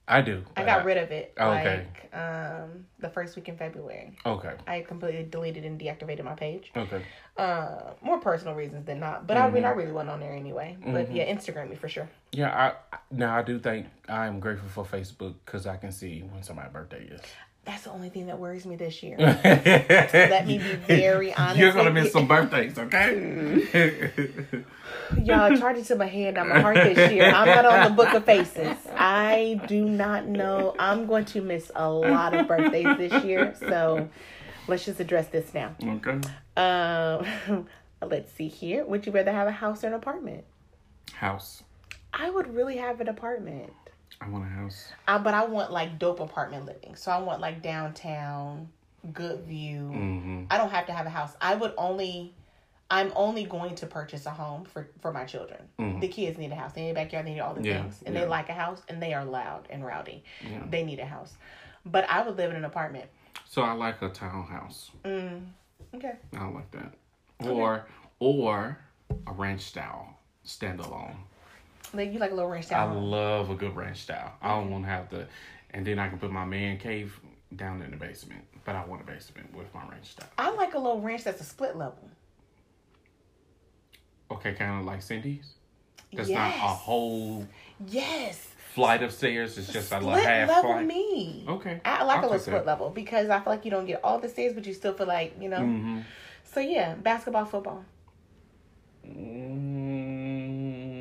[SPEAKER 1] I do.
[SPEAKER 2] I got rid of it.
[SPEAKER 1] Oh, okay.
[SPEAKER 2] Like, um, the first week in February,
[SPEAKER 1] Okay.
[SPEAKER 2] I completely deleted and deactivated my page.
[SPEAKER 1] Okay.
[SPEAKER 2] Uh, more personal reasons than not, but I
[SPEAKER 1] Mm-hmm.
[SPEAKER 2] mean, I really wasn't on there anyway. But yeah, Instagram me for sure.
[SPEAKER 1] Yeah, I now I do think I am grateful for Facebook because I can see when somebody's birthday is.
[SPEAKER 2] That's the only thing that worries me this year.
[SPEAKER 1] Let
[SPEAKER 2] me be very honest
[SPEAKER 1] You're gonna
[SPEAKER 2] with you.
[SPEAKER 1] miss some birthdays,
[SPEAKER 2] Mm.
[SPEAKER 1] okay?
[SPEAKER 2] Y'all charging to my hand on my heart this year. I'm not on the book of faces. I do not know. I'm going to miss a lot of birthdays this year. So let's just address this now.
[SPEAKER 1] okay.
[SPEAKER 2] Um, let's see here. Would you rather have a house or an apartment?
[SPEAKER 1] House.
[SPEAKER 2] I would really have an apartment.
[SPEAKER 1] I want a house.
[SPEAKER 2] I, but I want like dope apartment living. So I want like downtown, good view.
[SPEAKER 1] Mm-hmm.
[SPEAKER 2] I don't have to have a house. I would only, I'm only going to purchase a home for for my children. The kids need a house. They need a backyard. They need all the
[SPEAKER 1] Mm-hmm. Yeah,
[SPEAKER 2] things, and
[SPEAKER 1] yeah.
[SPEAKER 2] they like a house. And they are loud and rowdy. They need a house. But I would live in an apartment.
[SPEAKER 1] So I like a townhouse.
[SPEAKER 2] Okay.
[SPEAKER 1] I like that. Or or a ranch style standalone.
[SPEAKER 2] Like you like a little ranch
[SPEAKER 1] I
[SPEAKER 2] style.
[SPEAKER 1] love a good ranch style. I don't want to have to, and then I can put my man cave down in the basement. But I want a basement with my ranch style.
[SPEAKER 2] I like a little ranch that's a split level.
[SPEAKER 1] Okay, kind of like Cindy's. That's
[SPEAKER 2] yes.
[SPEAKER 1] not a whole
[SPEAKER 2] Yes.
[SPEAKER 1] flight of stairs. It's just a
[SPEAKER 2] Split
[SPEAKER 1] half
[SPEAKER 2] level
[SPEAKER 1] flight.
[SPEAKER 2] me.
[SPEAKER 1] Okay,
[SPEAKER 2] I like
[SPEAKER 1] I'll
[SPEAKER 2] a little
[SPEAKER 1] take
[SPEAKER 2] split
[SPEAKER 1] that.
[SPEAKER 2] level because I feel like you don't get all the stairs, but you still feel like you know.
[SPEAKER 1] Mhm.
[SPEAKER 2] So yeah, basketball, football.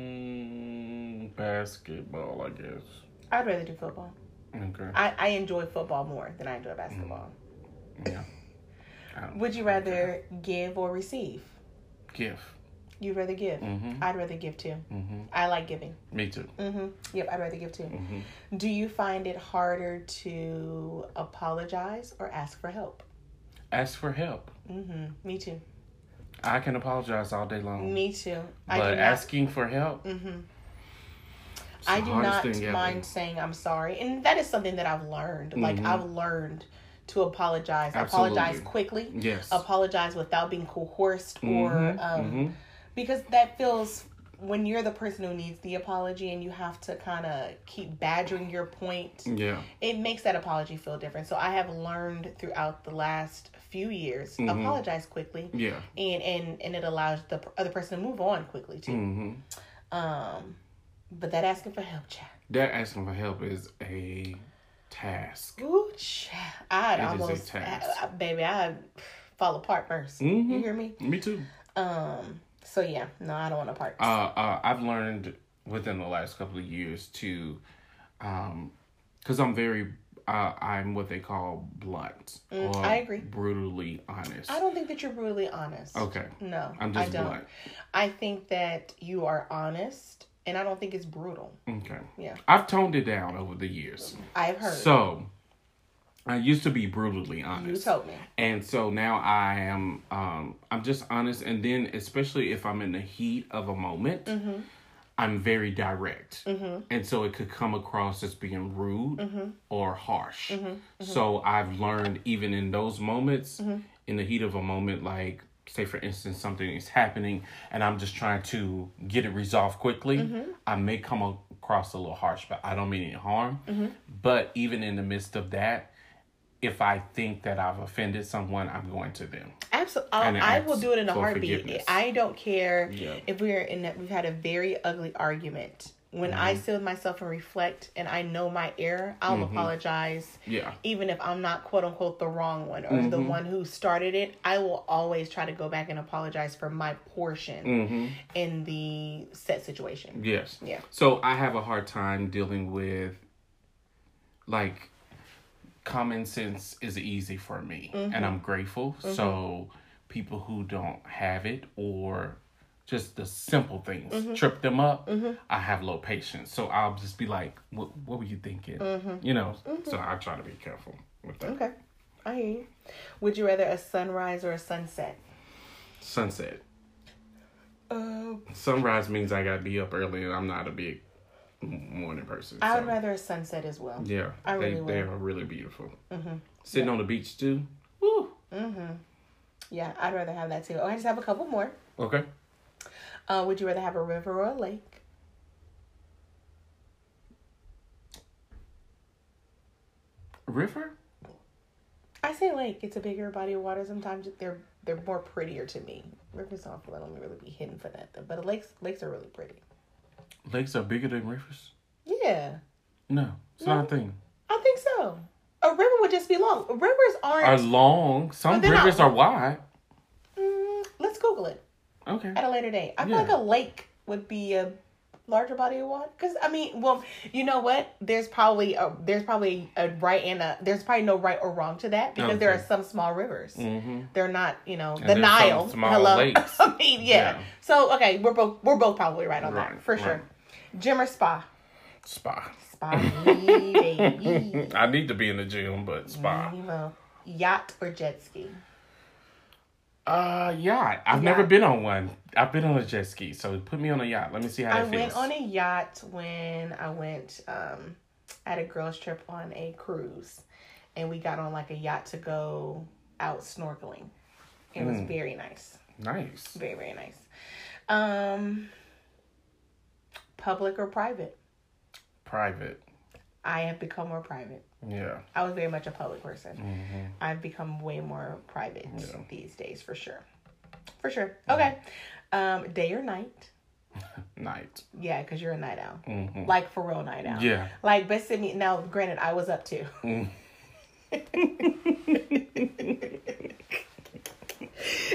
[SPEAKER 1] Mm, basketball, I guess.
[SPEAKER 2] I'd rather do football.
[SPEAKER 1] Okay.
[SPEAKER 2] I, I enjoy football more than I enjoy basketball.
[SPEAKER 1] yeah. I don't-
[SPEAKER 2] Would you rather give or receive?
[SPEAKER 1] Gift.
[SPEAKER 2] You'd rather give.
[SPEAKER 1] Mhm.
[SPEAKER 2] I'd rather give too.
[SPEAKER 1] Mm-hmm.
[SPEAKER 2] I like giving.
[SPEAKER 1] Me too.
[SPEAKER 2] hmm Yep, I'd rather give too.
[SPEAKER 1] Mm-hmm.
[SPEAKER 2] Do you find it harder to apologize or ask for help?
[SPEAKER 1] Ask for help.
[SPEAKER 2] hmm Me too.
[SPEAKER 1] I can apologize all day long,
[SPEAKER 2] Me too. I
[SPEAKER 1] but
[SPEAKER 2] do
[SPEAKER 1] asking for help.
[SPEAKER 2] not. hmm
[SPEAKER 1] is
[SPEAKER 2] I
[SPEAKER 1] the
[SPEAKER 2] do
[SPEAKER 1] hardest
[SPEAKER 2] not
[SPEAKER 1] thing ever.
[SPEAKER 2] mind saying I'm sorry, and that is something that I've learned. Like
[SPEAKER 1] Mhm.
[SPEAKER 2] I've learned to apologize, apologize
[SPEAKER 1] Absolutely.
[SPEAKER 2] quickly,
[SPEAKER 1] Yes.
[SPEAKER 2] apologize without being coerced or um,
[SPEAKER 1] Mhm, mhm.
[SPEAKER 2] because that feels when you're the person who needs the apology and you have to kind of keep badgering your point
[SPEAKER 1] Yeah.
[SPEAKER 2] it makes that apology feel different so i have learned throughout the last few years
[SPEAKER 1] Mm-hmm.
[SPEAKER 2] apologize quickly
[SPEAKER 1] Yeah.
[SPEAKER 2] and and and it allows the p- other person to move on quickly too
[SPEAKER 1] Mm-hmm.
[SPEAKER 2] um but that asking for help chat
[SPEAKER 1] That asking for help is a task.
[SPEAKER 2] Ooh, chat.
[SPEAKER 1] It
[SPEAKER 2] i'd
[SPEAKER 1] is a
[SPEAKER 2] almost
[SPEAKER 1] task.
[SPEAKER 2] I- I- baby i'd fall apart 1st you
[SPEAKER 1] Mhm.
[SPEAKER 2] hear me
[SPEAKER 1] Me too.
[SPEAKER 2] um so yeah no i don't want to part
[SPEAKER 1] Uh, uh, I've learned within the last couple of years to, um, because I'm very, uh, I'm what they call blunt or
[SPEAKER 2] Mm, I agree.
[SPEAKER 1] brutally honest.
[SPEAKER 2] i don't think that you're brutally honest
[SPEAKER 1] Okay,
[SPEAKER 2] no
[SPEAKER 1] I'm just
[SPEAKER 2] i don't
[SPEAKER 1] blunt.
[SPEAKER 2] I think that you are honest, and I don't think it's brutal.
[SPEAKER 1] Okay,
[SPEAKER 2] Yeah,
[SPEAKER 1] I've toned it down over the years.
[SPEAKER 2] I've heard.
[SPEAKER 1] So, I used to be brutally
[SPEAKER 2] you
[SPEAKER 1] honest.
[SPEAKER 2] told me.
[SPEAKER 1] and so now I am um I'm just honest and then especially if I'm in the heat of a moment I'm very direct and so it could come across as being rude or harsh so I've learned even in those moments in the heat of a moment like say for instance something is happening and I'm just trying to get it resolved quickly I may come across a little harsh but I don't mean any harm but even in the midst of that if I think that I've offended someone, I'm going to them.
[SPEAKER 2] Absolutely,
[SPEAKER 1] And it
[SPEAKER 2] I will
[SPEAKER 1] asks
[SPEAKER 2] do it in a
[SPEAKER 1] for
[SPEAKER 2] heartbeat.
[SPEAKER 1] forgiveness.
[SPEAKER 2] I don't care
[SPEAKER 1] Yeah.
[SPEAKER 2] if we're in. A, we've had a very ugly argument. When I
[SPEAKER 1] Mm-hmm.
[SPEAKER 2] sit with myself and reflect, and I know my error, I'll apologize.
[SPEAKER 1] Yeah. Mm-hmm.
[SPEAKER 2] Even if I'm not quote unquote the wrong one or the one who started it, I will always try to go back and apologize for my portion
[SPEAKER 1] Mm-hmm.
[SPEAKER 2] in the set situation.
[SPEAKER 1] Yes.
[SPEAKER 2] Yeah.
[SPEAKER 1] So I have a hard time dealing with like common sense is easy for me
[SPEAKER 2] Mm-hmm.
[SPEAKER 1] and I'm grateful. So people who don't have it or just the simple things
[SPEAKER 2] Mm-hmm.
[SPEAKER 1] trip them up, I have low patience. So I'll just be like, what, what were you thinking? You know, so I try to be careful with that.
[SPEAKER 2] Mm-hmm. Okay, I hear you. Would you rather a sunrise or a sunset?
[SPEAKER 1] Sunset.
[SPEAKER 2] Uh,
[SPEAKER 1] Sunrise means I gotta be up early, and I'm not a big m- morning person.
[SPEAKER 2] I would
[SPEAKER 1] so,
[SPEAKER 2] rather a sunset as well.
[SPEAKER 1] yeah,
[SPEAKER 2] I
[SPEAKER 1] they
[SPEAKER 2] really
[SPEAKER 1] they
[SPEAKER 2] would. Mm-hmm.
[SPEAKER 1] are really beautiful. Sitting on the beach too. Woo.
[SPEAKER 2] Yeah, I'd rather have that too. Oh, I just have a couple more.
[SPEAKER 1] Okay.
[SPEAKER 2] Uh, would you rather have a river or a lake?
[SPEAKER 1] River.
[SPEAKER 2] I say lake. It's a bigger body of water. Sometimes they're they're more prettier to me. Rivers aren't letting me really be hidden for that though. But lakes lakes are really pretty.
[SPEAKER 1] Lakes are bigger than rivers.
[SPEAKER 2] Yeah,
[SPEAKER 1] No, it's not a thing.
[SPEAKER 2] I think so. A river would just be long. Rivers
[SPEAKER 1] Are
[SPEAKER 2] aren't.
[SPEAKER 1] long. Some
[SPEAKER 2] they're not-
[SPEAKER 1] rivers are wide.
[SPEAKER 2] Mm, let's Google it
[SPEAKER 1] Okay.
[SPEAKER 2] at a later date. I feel
[SPEAKER 1] Yeah.
[SPEAKER 2] like a lake would be a larger body of water. Cause I mean, well, you know what? There's probably a there's probably a right and a there's probably no right or wrong to that because there are
[SPEAKER 1] Okay.
[SPEAKER 2] some small rivers.
[SPEAKER 1] Mm-hmm.
[SPEAKER 2] They're not, you know, the
[SPEAKER 1] there's some
[SPEAKER 2] Nile.
[SPEAKER 1] small
[SPEAKER 2] Hello.
[SPEAKER 1] lakes.
[SPEAKER 2] I mean, yeah.
[SPEAKER 1] Yeah.
[SPEAKER 2] So okay, we're both we're both probably right on
[SPEAKER 1] Right,
[SPEAKER 2] that for sure. Gym or spa?
[SPEAKER 1] Spa.
[SPEAKER 2] Spa, baby.
[SPEAKER 1] I need to be in the gym, but spa.
[SPEAKER 2] You know, yacht or jet ski?
[SPEAKER 1] Uh, yacht. I've never been on one. I've been on a jet ski, so put me on a yacht. Let me see how
[SPEAKER 2] I
[SPEAKER 1] that feels.
[SPEAKER 2] went on a yacht when I went um at a girls trip on a cruise
[SPEAKER 1] Hmm.
[SPEAKER 2] and we got on like a yacht to go out snorkeling. It was very nice.
[SPEAKER 1] Nice.
[SPEAKER 2] Very, very nice. Um, public or private?
[SPEAKER 1] Private.
[SPEAKER 2] I have become more private.
[SPEAKER 1] Yeah.
[SPEAKER 2] I was very much a public person.
[SPEAKER 1] Mm-hmm.
[SPEAKER 2] I've become way more private these days, for sure. For sure. Okay. Um, day or night?
[SPEAKER 1] Night.
[SPEAKER 2] Yeah, because you're a night owl. Like for real night owl.
[SPEAKER 1] Yeah.
[SPEAKER 2] Like best in me. Now, granted, I was up too.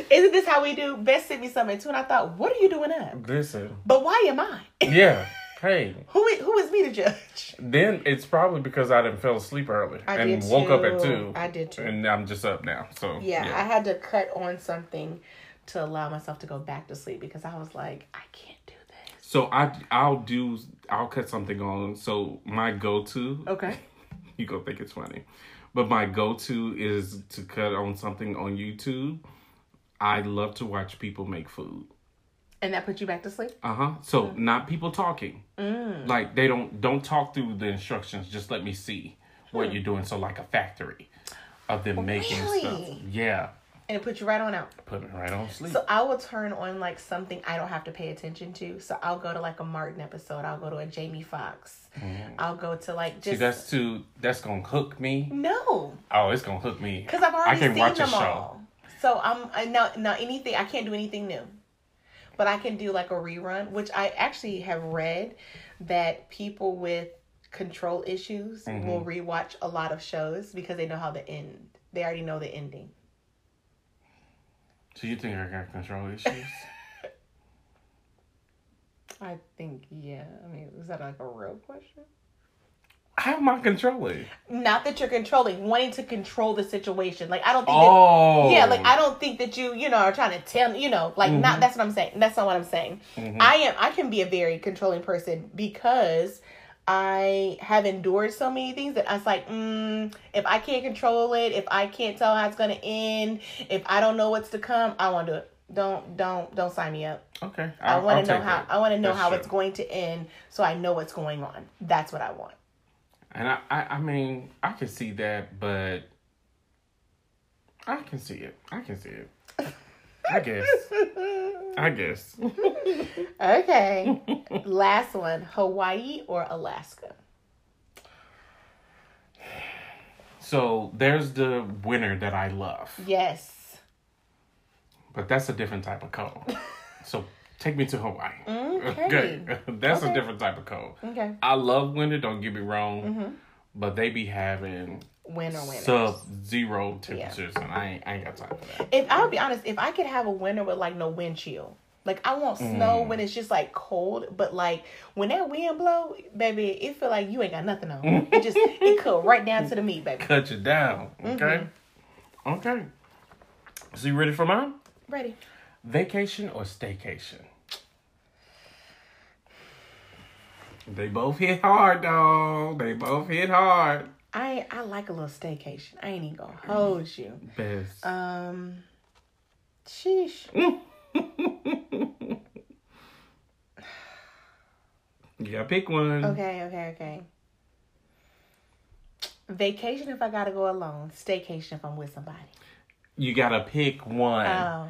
[SPEAKER 2] Isn't this how we do? Best sent me something too, and I thought, what are you doing up?
[SPEAKER 1] Listen.
[SPEAKER 2] But why am I?
[SPEAKER 1] Yeah. Hey.
[SPEAKER 2] Who is, who is me to judge?
[SPEAKER 1] Then it's probably because I didn't fell asleep early
[SPEAKER 2] I
[SPEAKER 1] and
[SPEAKER 2] did
[SPEAKER 1] woke up at
[SPEAKER 2] too.
[SPEAKER 1] two.
[SPEAKER 2] I did too.
[SPEAKER 1] And I'm just up now. So
[SPEAKER 2] Yeah, I had to cut on something to allow myself to go back to sleep because I was like, I can't do this.
[SPEAKER 1] So I I'll do I'll cut something on. So my go to
[SPEAKER 2] Okay.
[SPEAKER 1] you gonna think it's funny. But my go to is to cut on something on YouTube. I love to watch people make food.
[SPEAKER 2] And that put you back to sleep?
[SPEAKER 1] Uh huh. So
[SPEAKER 2] Mm.
[SPEAKER 1] not people talking. Like they don't don't talk through the instructions. Just let me see
[SPEAKER 2] Hmm.
[SPEAKER 1] what you're doing. So like a factory of them making stuff.
[SPEAKER 2] Really?
[SPEAKER 1] Yeah,
[SPEAKER 2] And it put you right on out.
[SPEAKER 1] put me right on sleep.
[SPEAKER 2] So I will turn on like something I don't have to pay attention to. So I'll go to like a Martin episode. I'll go to a Jamie Foxx. I'll go to like just
[SPEAKER 1] Mm. See, that's too. That's gonna hook me.
[SPEAKER 2] no,
[SPEAKER 1] Oh, it's gonna hook me.
[SPEAKER 2] because I've already
[SPEAKER 1] I can
[SPEAKER 2] seen
[SPEAKER 1] watch
[SPEAKER 2] them
[SPEAKER 1] a show.
[SPEAKER 2] all. So I'm I, now now anything I can't do anything new, but I can do like a rerun, which I actually have read that people with control issues
[SPEAKER 1] Mm-hmm.
[SPEAKER 2] will rewatch a lot of shows because they know how the end. They already know the ending.
[SPEAKER 1] So you think I got control issues?
[SPEAKER 2] I think yeah. I mean, is that like a real question?
[SPEAKER 1] How am I controlling?
[SPEAKER 2] not that you're controlling, wanting to control the situation. Like I don't think
[SPEAKER 1] Oh,
[SPEAKER 2] that yeah, like I don't think that you, you know, are trying to tell you know, like
[SPEAKER 1] Mm-hmm.
[SPEAKER 2] not that's what I'm saying. That's not what I'm saying. I am I can be a very controlling person because I have endured so many things that I was like, mm, if I can't control it, if I can't tell how it's gonna end, if I don't know what's to come, I wanna do it. Don't don't don't sign me up.
[SPEAKER 1] Okay,
[SPEAKER 2] I
[SPEAKER 1] I'll
[SPEAKER 2] want to know
[SPEAKER 1] take
[SPEAKER 2] how
[SPEAKER 1] it.
[SPEAKER 2] I want to know
[SPEAKER 1] That's
[SPEAKER 2] how
[SPEAKER 1] true.
[SPEAKER 2] it's going to end, so I know what's going on. That's what I want.
[SPEAKER 1] And I, I, I mean, I can see that, but I can see it. I can see it. I guess. I guess.
[SPEAKER 2] Okay. Last one Hawaii or Alaska?
[SPEAKER 1] So there's the winter that I love,
[SPEAKER 2] Yes.
[SPEAKER 1] but that's a different type of cold. So take me to Hawaii.
[SPEAKER 2] Okay. Mm-hmm.
[SPEAKER 1] That's a different type of cold.
[SPEAKER 2] Okay.
[SPEAKER 1] I love winter, don't get me wrong,
[SPEAKER 2] Mm-hmm.
[SPEAKER 1] but they be having
[SPEAKER 2] Winter, winter.
[SPEAKER 1] sub zero temperatures, and I ain't, I ain't got time for that.
[SPEAKER 2] if I'll be honest, if I could have a winter with like no wind chill, like I want snow when it's just like cold, but like when that wind blow, baby, it feel like you ain't got nothing on. it just it cut right down to the meat, baby.
[SPEAKER 1] Cut you down, okay?
[SPEAKER 2] Mm-hmm.
[SPEAKER 1] Okay. So you ready for mine?
[SPEAKER 2] Ready?
[SPEAKER 1] Vacation or staycation? They both hit hard, dog. They both hit hard.
[SPEAKER 2] I I like a little staycation. I ain't even gonna hold you.
[SPEAKER 1] Best.
[SPEAKER 2] Um, sheesh.
[SPEAKER 1] you gotta pick one.
[SPEAKER 2] Okay, okay, okay. Vacation if I gotta go alone. Staycation if I'm with somebody.
[SPEAKER 1] You gotta pick one.
[SPEAKER 2] Oh,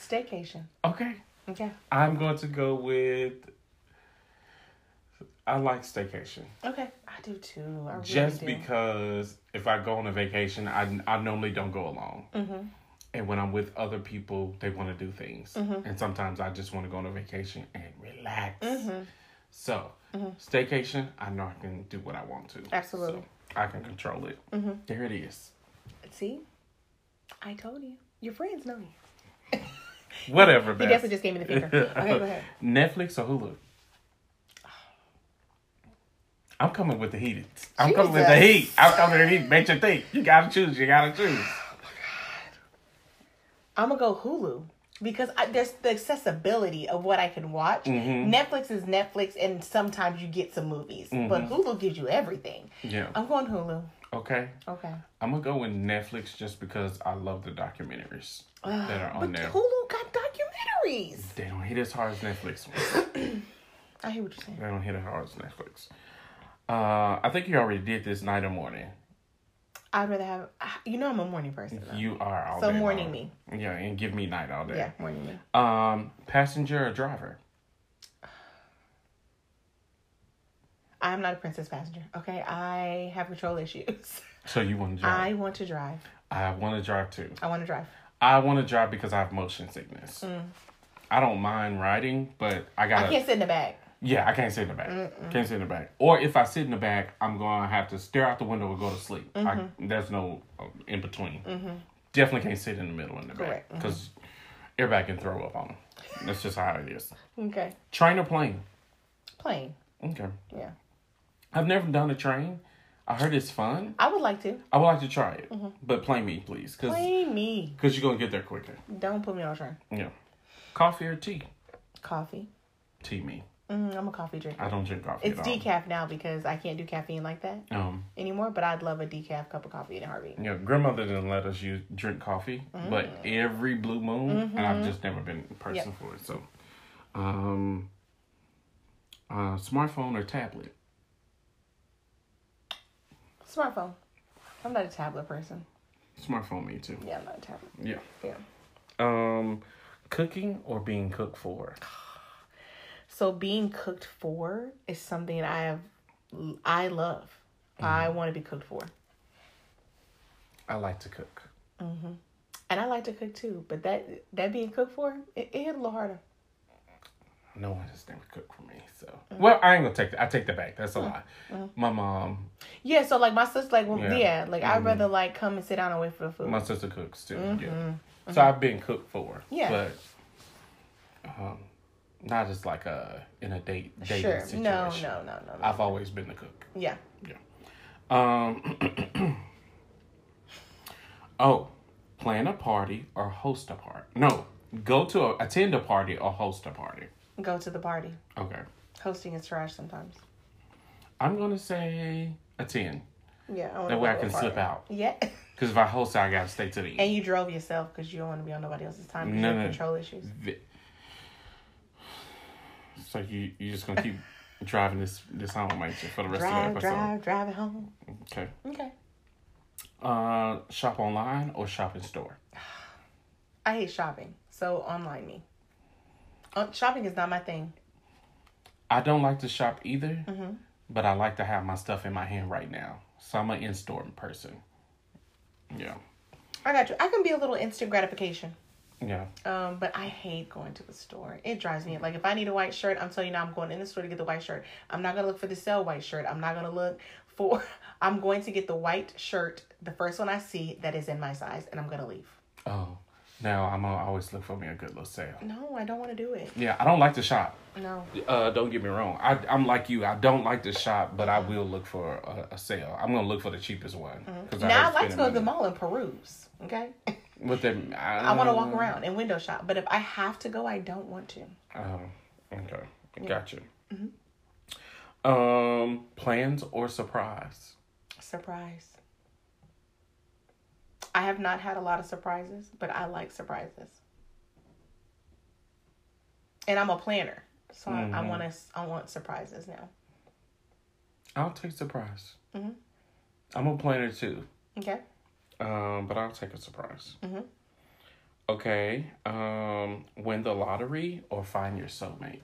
[SPEAKER 2] staycation.
[SPEAKER 1] okay.
[SPEAKER 2] Okay.
[SPEAKER 1] I'm going to go with. I like staycation.
[SPEAKER 2] Okay. I do too. I really
[SPEAKER 1] just
[SPEAKER 2] do.
[SPEAKER 1] because if I go on a vacation, I, I normally don't go alone.
[SPEAKER 2] Mm-hmm.
[SPEAKER 1] And when I'm with other people, they want to do things.
[SPEAKER 2] Mm-hmm.
[SPEAKER 1] And sometimes I just want to go on a vacation and relax.
[SPEAKER 2] Mm-hmm.
[SPEAKER 1] So, staycation, I know I can do what I want to.
[SPEAKER 2] Absolutely. Mm-hmm.
[SPEAKER 1] So, I can control it. There it is.
[SPEAKER 2] See? I told you. Your friends know you.
[SPEAKER 1] Whatever,
[SPEAKER 2] He
[SPEAKER 1] best.
[SPEAKER 2] definitely just gave me the finger. Okay, go ahead.
[SPEAKER 1] Netflix or Hulu? I'm coming with the heat. I'm coming with the
[SPEAKER 2] Jesus.
[SPEAKER 1] heat. I'm coming with the heat. Make you think. You gotta choose. You gotta choose.
[SPEAKER 2] I'm gonna go Hulu because I, there's the accessibility of what I can watch.
[SPEAKER 1] Mm-hmm.
[SPEAKER 2] Netflix is Netflix, and sometimes you get some movies, but Hulu gives you everything.
[SPEAKER 1] Mm-hmm. Yeah.
[SPEAKER 2] I'm going Hulu.
[SPEAKER 1] Okay.
[SPEAKER 2] Okay.
[SPEAKER 1] I'm gonna go with Netflix just because I love the documentaries that are on
[SPEAKER 2] But
[SPEAKER 1] there.
[SPEAKER 2] Hulu got documentaries.
[SPEAKER 1] They don't hit as hard as Netflix. ones.
[SPEAKER 2] I hear what you're saying.
[SPEAKER 1] they don't hit as hard as Netflix. Uh, I think you already did this night or morning.
[SPEAKER 2] I'd rather have. You know, I'm a morning person. Though.
[SPEAKER 1] You are all
[SPEAKER 2] So
[SPEAKER 1] day
[SPEAKER 2] morning
[SPEAKER 1] long.
[SPEAKER 2] me.
[SPEAKER 1] Yeah, and give me night all day.
[SPEAKER 2] Yeah, morning me.
[SPEAKER 1] Um, passenger or driver?
[SPEAKER 2] I'm not a princess passenger. Okay, I have control issues.
[SPEAKER 1] So you want to drive?
[SPEAKER 2] I want to drive.
[SPEAKER 1] I, want to drive too.
[SPEAKER 2] I want to drive.
[SPEAKER 1] I want to drive because I have motion sickness. I don't mind riding, but I
[SPEAKER 2] Mm. I
[SPEAKER 1] gotta.
[SPEAKER 2] can't sit in the back.
[SPEAKER 1] yeah, I can't sit in the back. Can't sit in the back. Or if I sit in the back, I'm gonna have to stare out the window or go to sleep. I,
[SPEAKER 2] Mm-hmm.
[SPEAKER 1] there's no uh, in between. Definitely can't sit in the middle in the back
[SPEAKER 2] Correct. Mhm.
[SPEAKER 1] because everybody can throw up on them. That's just how it is.
[SPEAKER 2] Okay,
[SPEAKER 1] Train or plane?
[SPEAKER 2] plane.
[SPEAKER 1] Okay.
[SPEAKER 2] Yeah,
[SPEAKER 1] I've never done a train. I heard it's fun.
[SPEAKER 2] I would like to.
[SPEAKER 1] I would like to try it,
[SPEAKER 2] Mm-hmm.
[SPEAKER 1] but play me, please, because
[SPEAKER 2] Play me.
[SPEAKER 1] because you're gonna get there quicker.
[SPEAKER 2] Don't put me on a train.
[SPEAKER 1] Yeah. Coffee or tea?
[SPEAKER 2] Coffee.
[SPEAKER 1] Tea me.
[SPEAKER 2] Mm, I'm a coffee drinker.
[SPEAKER 1] I don't drink coffee.
[SPEAKER 2] It's
[SPEAKER 1] at all.
[SPEAKER 2] decaf now because I can't do caffeine like that
[SPEAKER 1] Um.
[SPEAKER 2] anymore. But I'd love a decaf cup of coffee in a heartbeat.
[SPEAKER 1] Yeah, grandmother didn't let us use drink coffee, but every blue moon, and I've just never been a person for it. So, um, uh, smartphone or tablet?
[SPEAKER 2] Smartphone. I'm not a tablet person.
[SPEAKER 1] Smartphone, me too.
[SPEAKER 2] Yeah, I'm not a tablet.
[SPEAKER 1] Yeah.
[SPEAKER 2] Yeah.
[SPEAKER 1] Um, cooking or being cooked for?
[SPEAKER 2] So being cooked for is something I have. I love. I want to be cooked for,
[SPEAKER 1] I like to cook.
[SPEAKER 2] and I like to cook too. But that that being cooked for, it, it hit a little harder.
[SPEAKER 1] No one has never cooked for me. So, well, I ain't gonna take that. I take that back. That's a lie. My mom,
[SPEAKER 2] Yeah. So like my sister, like well,
[SPEAKER 1] Yeah. Mm-hmm.
[SPEAKER 2] yeah. like I'd rather like come and sit down and wait for the food.
[SPEAKER 1] my sister cooks too. Yeah. So I've been cooked for.
[SPEAKER 2] Mm-hmm. Yeah.
[SPEAKER 1] But um, not as like a in a date dating
[SPEAKER 2] sure.
[SPEAKER 1] situation.
[SPEAKER 2] No, no, no, no. no.
[SPEAKER 1] I've always been the cook.
[SPEAKER 2] Yeah.
[SPEAKER 1] Um. oh, plan a party or host a party? No, go to a, attend a party or host a party.
[SPEAKER 2] Go to the party.
[SPEAKER 1] Okay,
[SPEAKER 2] Hosting is trash sometimes.
[SPEAKER 1] I'm gonna say attend
[SPEAKER 2] Yeah. I wanna
[SPEAKER 1] that way I
[SPEAKER 2] go to a
[SPEAKER 1] can
[SPEAKER 2] party.
[SPEAKER 1] slip out.
[SPEAKER 2] Yeah.
[SPEAKER 1] Because if I host, I gotta stay to the end.
[SPEAKER 2] And you drove yourself because you don't want to be on nobody else's time. 'cause
[SPEAKER 1] No,
[SPEAKER 2] you have
[SPEAKER 1] no.
[SPEAKER 2] control issues.
[SPEAKER 1] Vi- So you you just gonna keep driving this this home, ain't you, for the rest of the
[SPEAKER 2] Drive,
[SPEAKER 1] episode?
[SPEAKER 2] drive, drive it home.
[SPEAKER 1] Okay.
[SPEAKER 2] Okay.
[SPEAKER 1] Uh, shop online or shop in store?
[SPEAKER 2] I hate shopping, so online me. Uh, shopping is not my thing.
[SPEAKER 1] I don't like to shop either,
[SPEAKER 2] Mm-hmm.
[SPEAKER 1] but I like to have my stuff in my hand right now. So I'm an in store person. Yeah,
[SPEAKER 2] I got you. I can be a little instant gratification,
[SPEAKER 1] yeah.
[SPEAKER 2] um, but I hate going to the store. It drives me like if I need a white shirt, I'm telling you now, I'm going in the store to get the white shirt. I'm not gonna look for the sale white shirt. I'm not gonna look for. I'm going to get the white shirt, the first one I see that is in my size, and I'm gonna leave.
[SPEAKER 1] Oh, now I'm gonna always look for me a good little sale.
[SPEAKER 2] No, I don't want to do it.
[SPEAKER 1] Yeah, I don't like to shop.
[SPEAKER 2] No.
[SPEAKER 1] Uh, don't get me wrong. I, I'm like you. I don't like to shop, but I will look for a, a sale. I'm gonna look for the cheapest one. 'cause I
[SPEAKER 2] Mm-hmm. Now I
[SPEAKER 1] hate
[SPEAKER 2] like to
[SPEAKER 1] spending
[SPEAKER 2] go to the
[SPEAKER 1] money.
[SPEAKER 2] mall and peruse. Okay.
[SPEAKER 1] With them, um, I,
[SPEAKER 2] I want to
[SPEAKER 1] Mm.
[SPEAKER 2] walk around and window shop, but if I have to go, I don't want to.
[SPEAKER 1] Um, okay, gotcha.
[SPEAKER 2] Mm-hmm.
[SPEAKER 1] Um, plans or surprise?
[SPEAKER 2] Surprise. I have not had a lot of surprises, but I like surprises. And I'm a planner, so I,
[SPEAKER 1] Mm-hmm.
[SPEAKER 2] I want to. I want surprises now.
[SPEAKER 1] I'll take surprise.
[SPEAKER 2] Mm-hmm.
[SPEAKER 1] I'm a planner too,
[SPEAKER 2] Okay.
[SPEAKER 1] um, but I'll take a surprise.
[SPEAKER 2] Mm-hmm.
[SPEAKER 1] Okay, um, win the lottery or find your soulmate.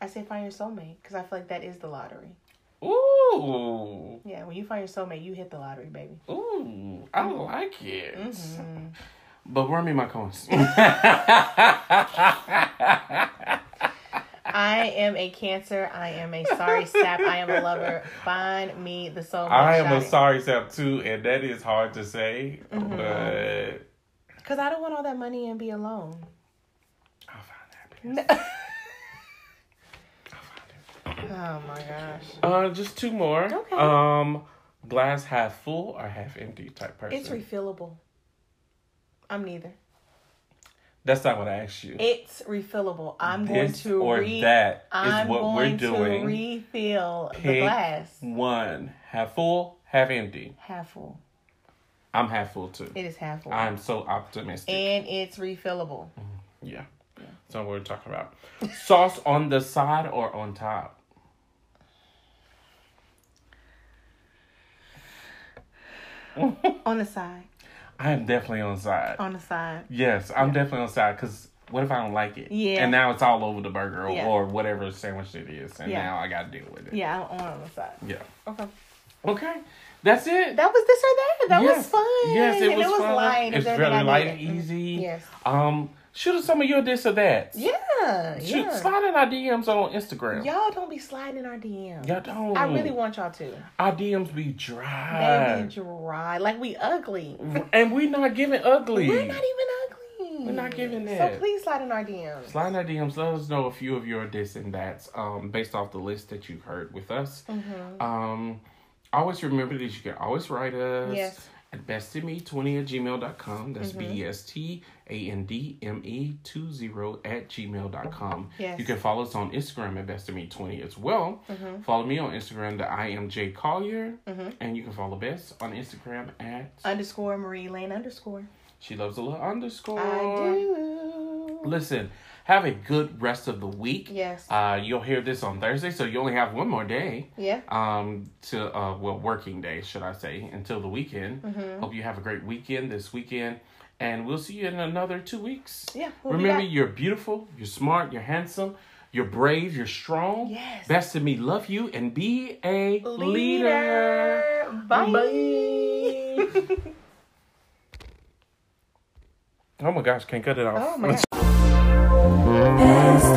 [SPEAKER 2] I say find your soulmate because I feel like that is the lottery.
[SPEAKER 1] Ooh,
[SPEAKER 2] Yeah, when you find your soulmate, you hit the lottery, baby.
[SPEAKER 1] ooh, I like it.
[SPEAKER 2] Mm-hmm.
[SPEAKER 1] But run me my coins.
[SPEAKER 2] I am a cancer. I am a sorry sap. I am a lover. Find me the soulmate.
[SPEAKER 1] I am a
[SPEAKER 2] shawty.
[SPEAKER 1] sorry sap too, and that is hard to say,
[SPEAKER 2] Mm-hmm.
[SPEAKER 1] but.
[SPEAKER 2] Cause I don't want all that money and be alone.
[SPEAKER 1] I'll find happiness. I'll find it.
[SPEAKER 2] Oh my gosh.
[SPEAKER 1] Uh, just two more.
[SPEAKER 2] Okay.
[SPEAKER 1] Um, glass half full or half empty type person.
[SPEAKER 2] It's refillable. I'm neither.
[SPEAKER 1] That's not what I asked you.
[SPEAKER 2] It's refillable. I'm
[SPEAKER 1] this
[SPEAKER 2] going to
[SPEAKER 1] or
[SPEAKER 2] re-
[SPEAKER 1] that
[SPEAKER 2] I'm
[SPEAKER 1] is what we're
[SPEAKER 2] going
[SPEAKER 1] doing.
[SPEAKER 2] to refill the
[SPEAKER 1] Pick
[SPEAKER 2] glass
[SPEAKER 1] One half full, half empty.
[SPEAKER 2] half full.
[SPEAKER 1] I'm half full too.
[SPEAKER 2] It is half full,
[SPEAKER 1] I'm so optimistic.
[SPEAKER 2] and it's refillable.
[SPEAKER 1] yeah. So we're talking about sauce on the side or on top.
[SPEAKER 2] on the side.
[SPEAKER 1] I am definitely on side.
[SPEAKER 2] On the side.
[SPEAKER 1] Yes, I'm definitely on side because what if I don't like it?
[SPEAKER 2] Yeah.
[SPEAKER 1] And now it's all over the burger or,
[SPEAKER 2] Yeah.
[SPEAKER 1] or whatever sandwich it is, and
[SPEAKER 2] Yeah.
[SPEAKER 1] now I got to deal with it.
[SPEAKER 2] Yeah, I'm on the side.
[SPEAKER 1] Yeah.
[SPEAKER 2] Okay.
[SPEAKER 1] Okay, that's it.
[SPEAKER 2] That was this or that. That was
[SPEAKER 1] Yes.
[SPEAKER 2] fun.
[SPEAKER 1] Yes, it
[SPEAKER 2] And
[SPEAKER 1] was,
[SPEAKER 2] it was
[SPEAKER 1] fun.
[SPEAKER 2] light.
[SPEAKER 1] It's
[SPEAKER 2] everything I
[SPEAKER 1] really light and
[SPEAKER 2] needed. Mhm.
[SPEAKER 1] easy.
[SPEAKER 2] Yes.
[SPEAKER 1] Um, shoot us some of your this or that.
[SPEAKER 2] Yeah.
[SPEAKER 1] Shoot,
[SPEAKER 2] yeah.
[SPEAKER 1] slide in our DMs on Instagram.
[SPEAKER 2] Y'all don't be sliding in our DMs.
[SPEAKER 1] Y'all don't.
[SPEAKER 2] I really want y'all to.
[SPEAKER 1] Our DMs be
[SPEAKER 2] They
[SPEAKER 1] dry.
[SPEAKER 2] be dry. Like we ugly.
[SPEAKER 1] and we not giving ugly.
[SPEAKER 2] We're not even ugly.
[SPEAKER 1] We're not giving
[SPEAKER 2] So
[SPEAKER 1] that.
[SPEAKER 2] please slide in our DMs.
[SPEAKER 1] Slide in our DMs. Let us know a few of your this and that's um, based off the list that you heard with us.
[SPEAKER 2] Mm-hmm.
[SPEAKER 1] Um, always remember that you can always write us
[SPEAKER 2] Yes. Mm-hmm.
[SPEAKER 1] at bestandme20 at gmail.com. That's B E S T A N D M E 20 at gmail.com.
[SPEAKER 2] Yes.
[SPEAKER 1] You can follow us on Instagram at bestandme20 as well.
[SPEAKER 2] Mm-hmm.
[SPEAKER 1] Follow me on Instagram that I am Jay Collier. And you can follow Bess on Instagram at
[SPEAKER 2] Underscore Marie Lane underscore.
[SPEAKER 1] she loves a little underscore.
[SPEAKER 2] I do.
[SPEAKER 1] Listen, have a good rest of the week.
[SPEAKER 2] Yes.
[SPEAKER 1] Uh, you'll hear this on Thursday, so you only have one more day.
[SPEAKER 2] Yeah.
[SPEAKER 1] Um, to uh, well, working day, should I say, until the weekend.
[SPEAKER 2] Mm-hmm.
[SPEAKER 1] Hope you have a great weekend this weekend, and we'll see you in another two weeks.
[SPEAKER 2] Yeah, we'll be
[SPEAKER 1] Remember,
[SPEAKER 2] back.
[SPEAKER 1] you're beautiful, you're smart, you're handsome, you're brave, you're strong.
[SPEAKER 2] Yes.
[SPEAKER 1] Best of me, love you, and be a leader.
[SPEAKER 2] Leader. Bye.
[SPEAKER 1] oh my gosh, can't cut it off.
[SPEAKER 2] Oh my God.
[SPEAKER 3] Best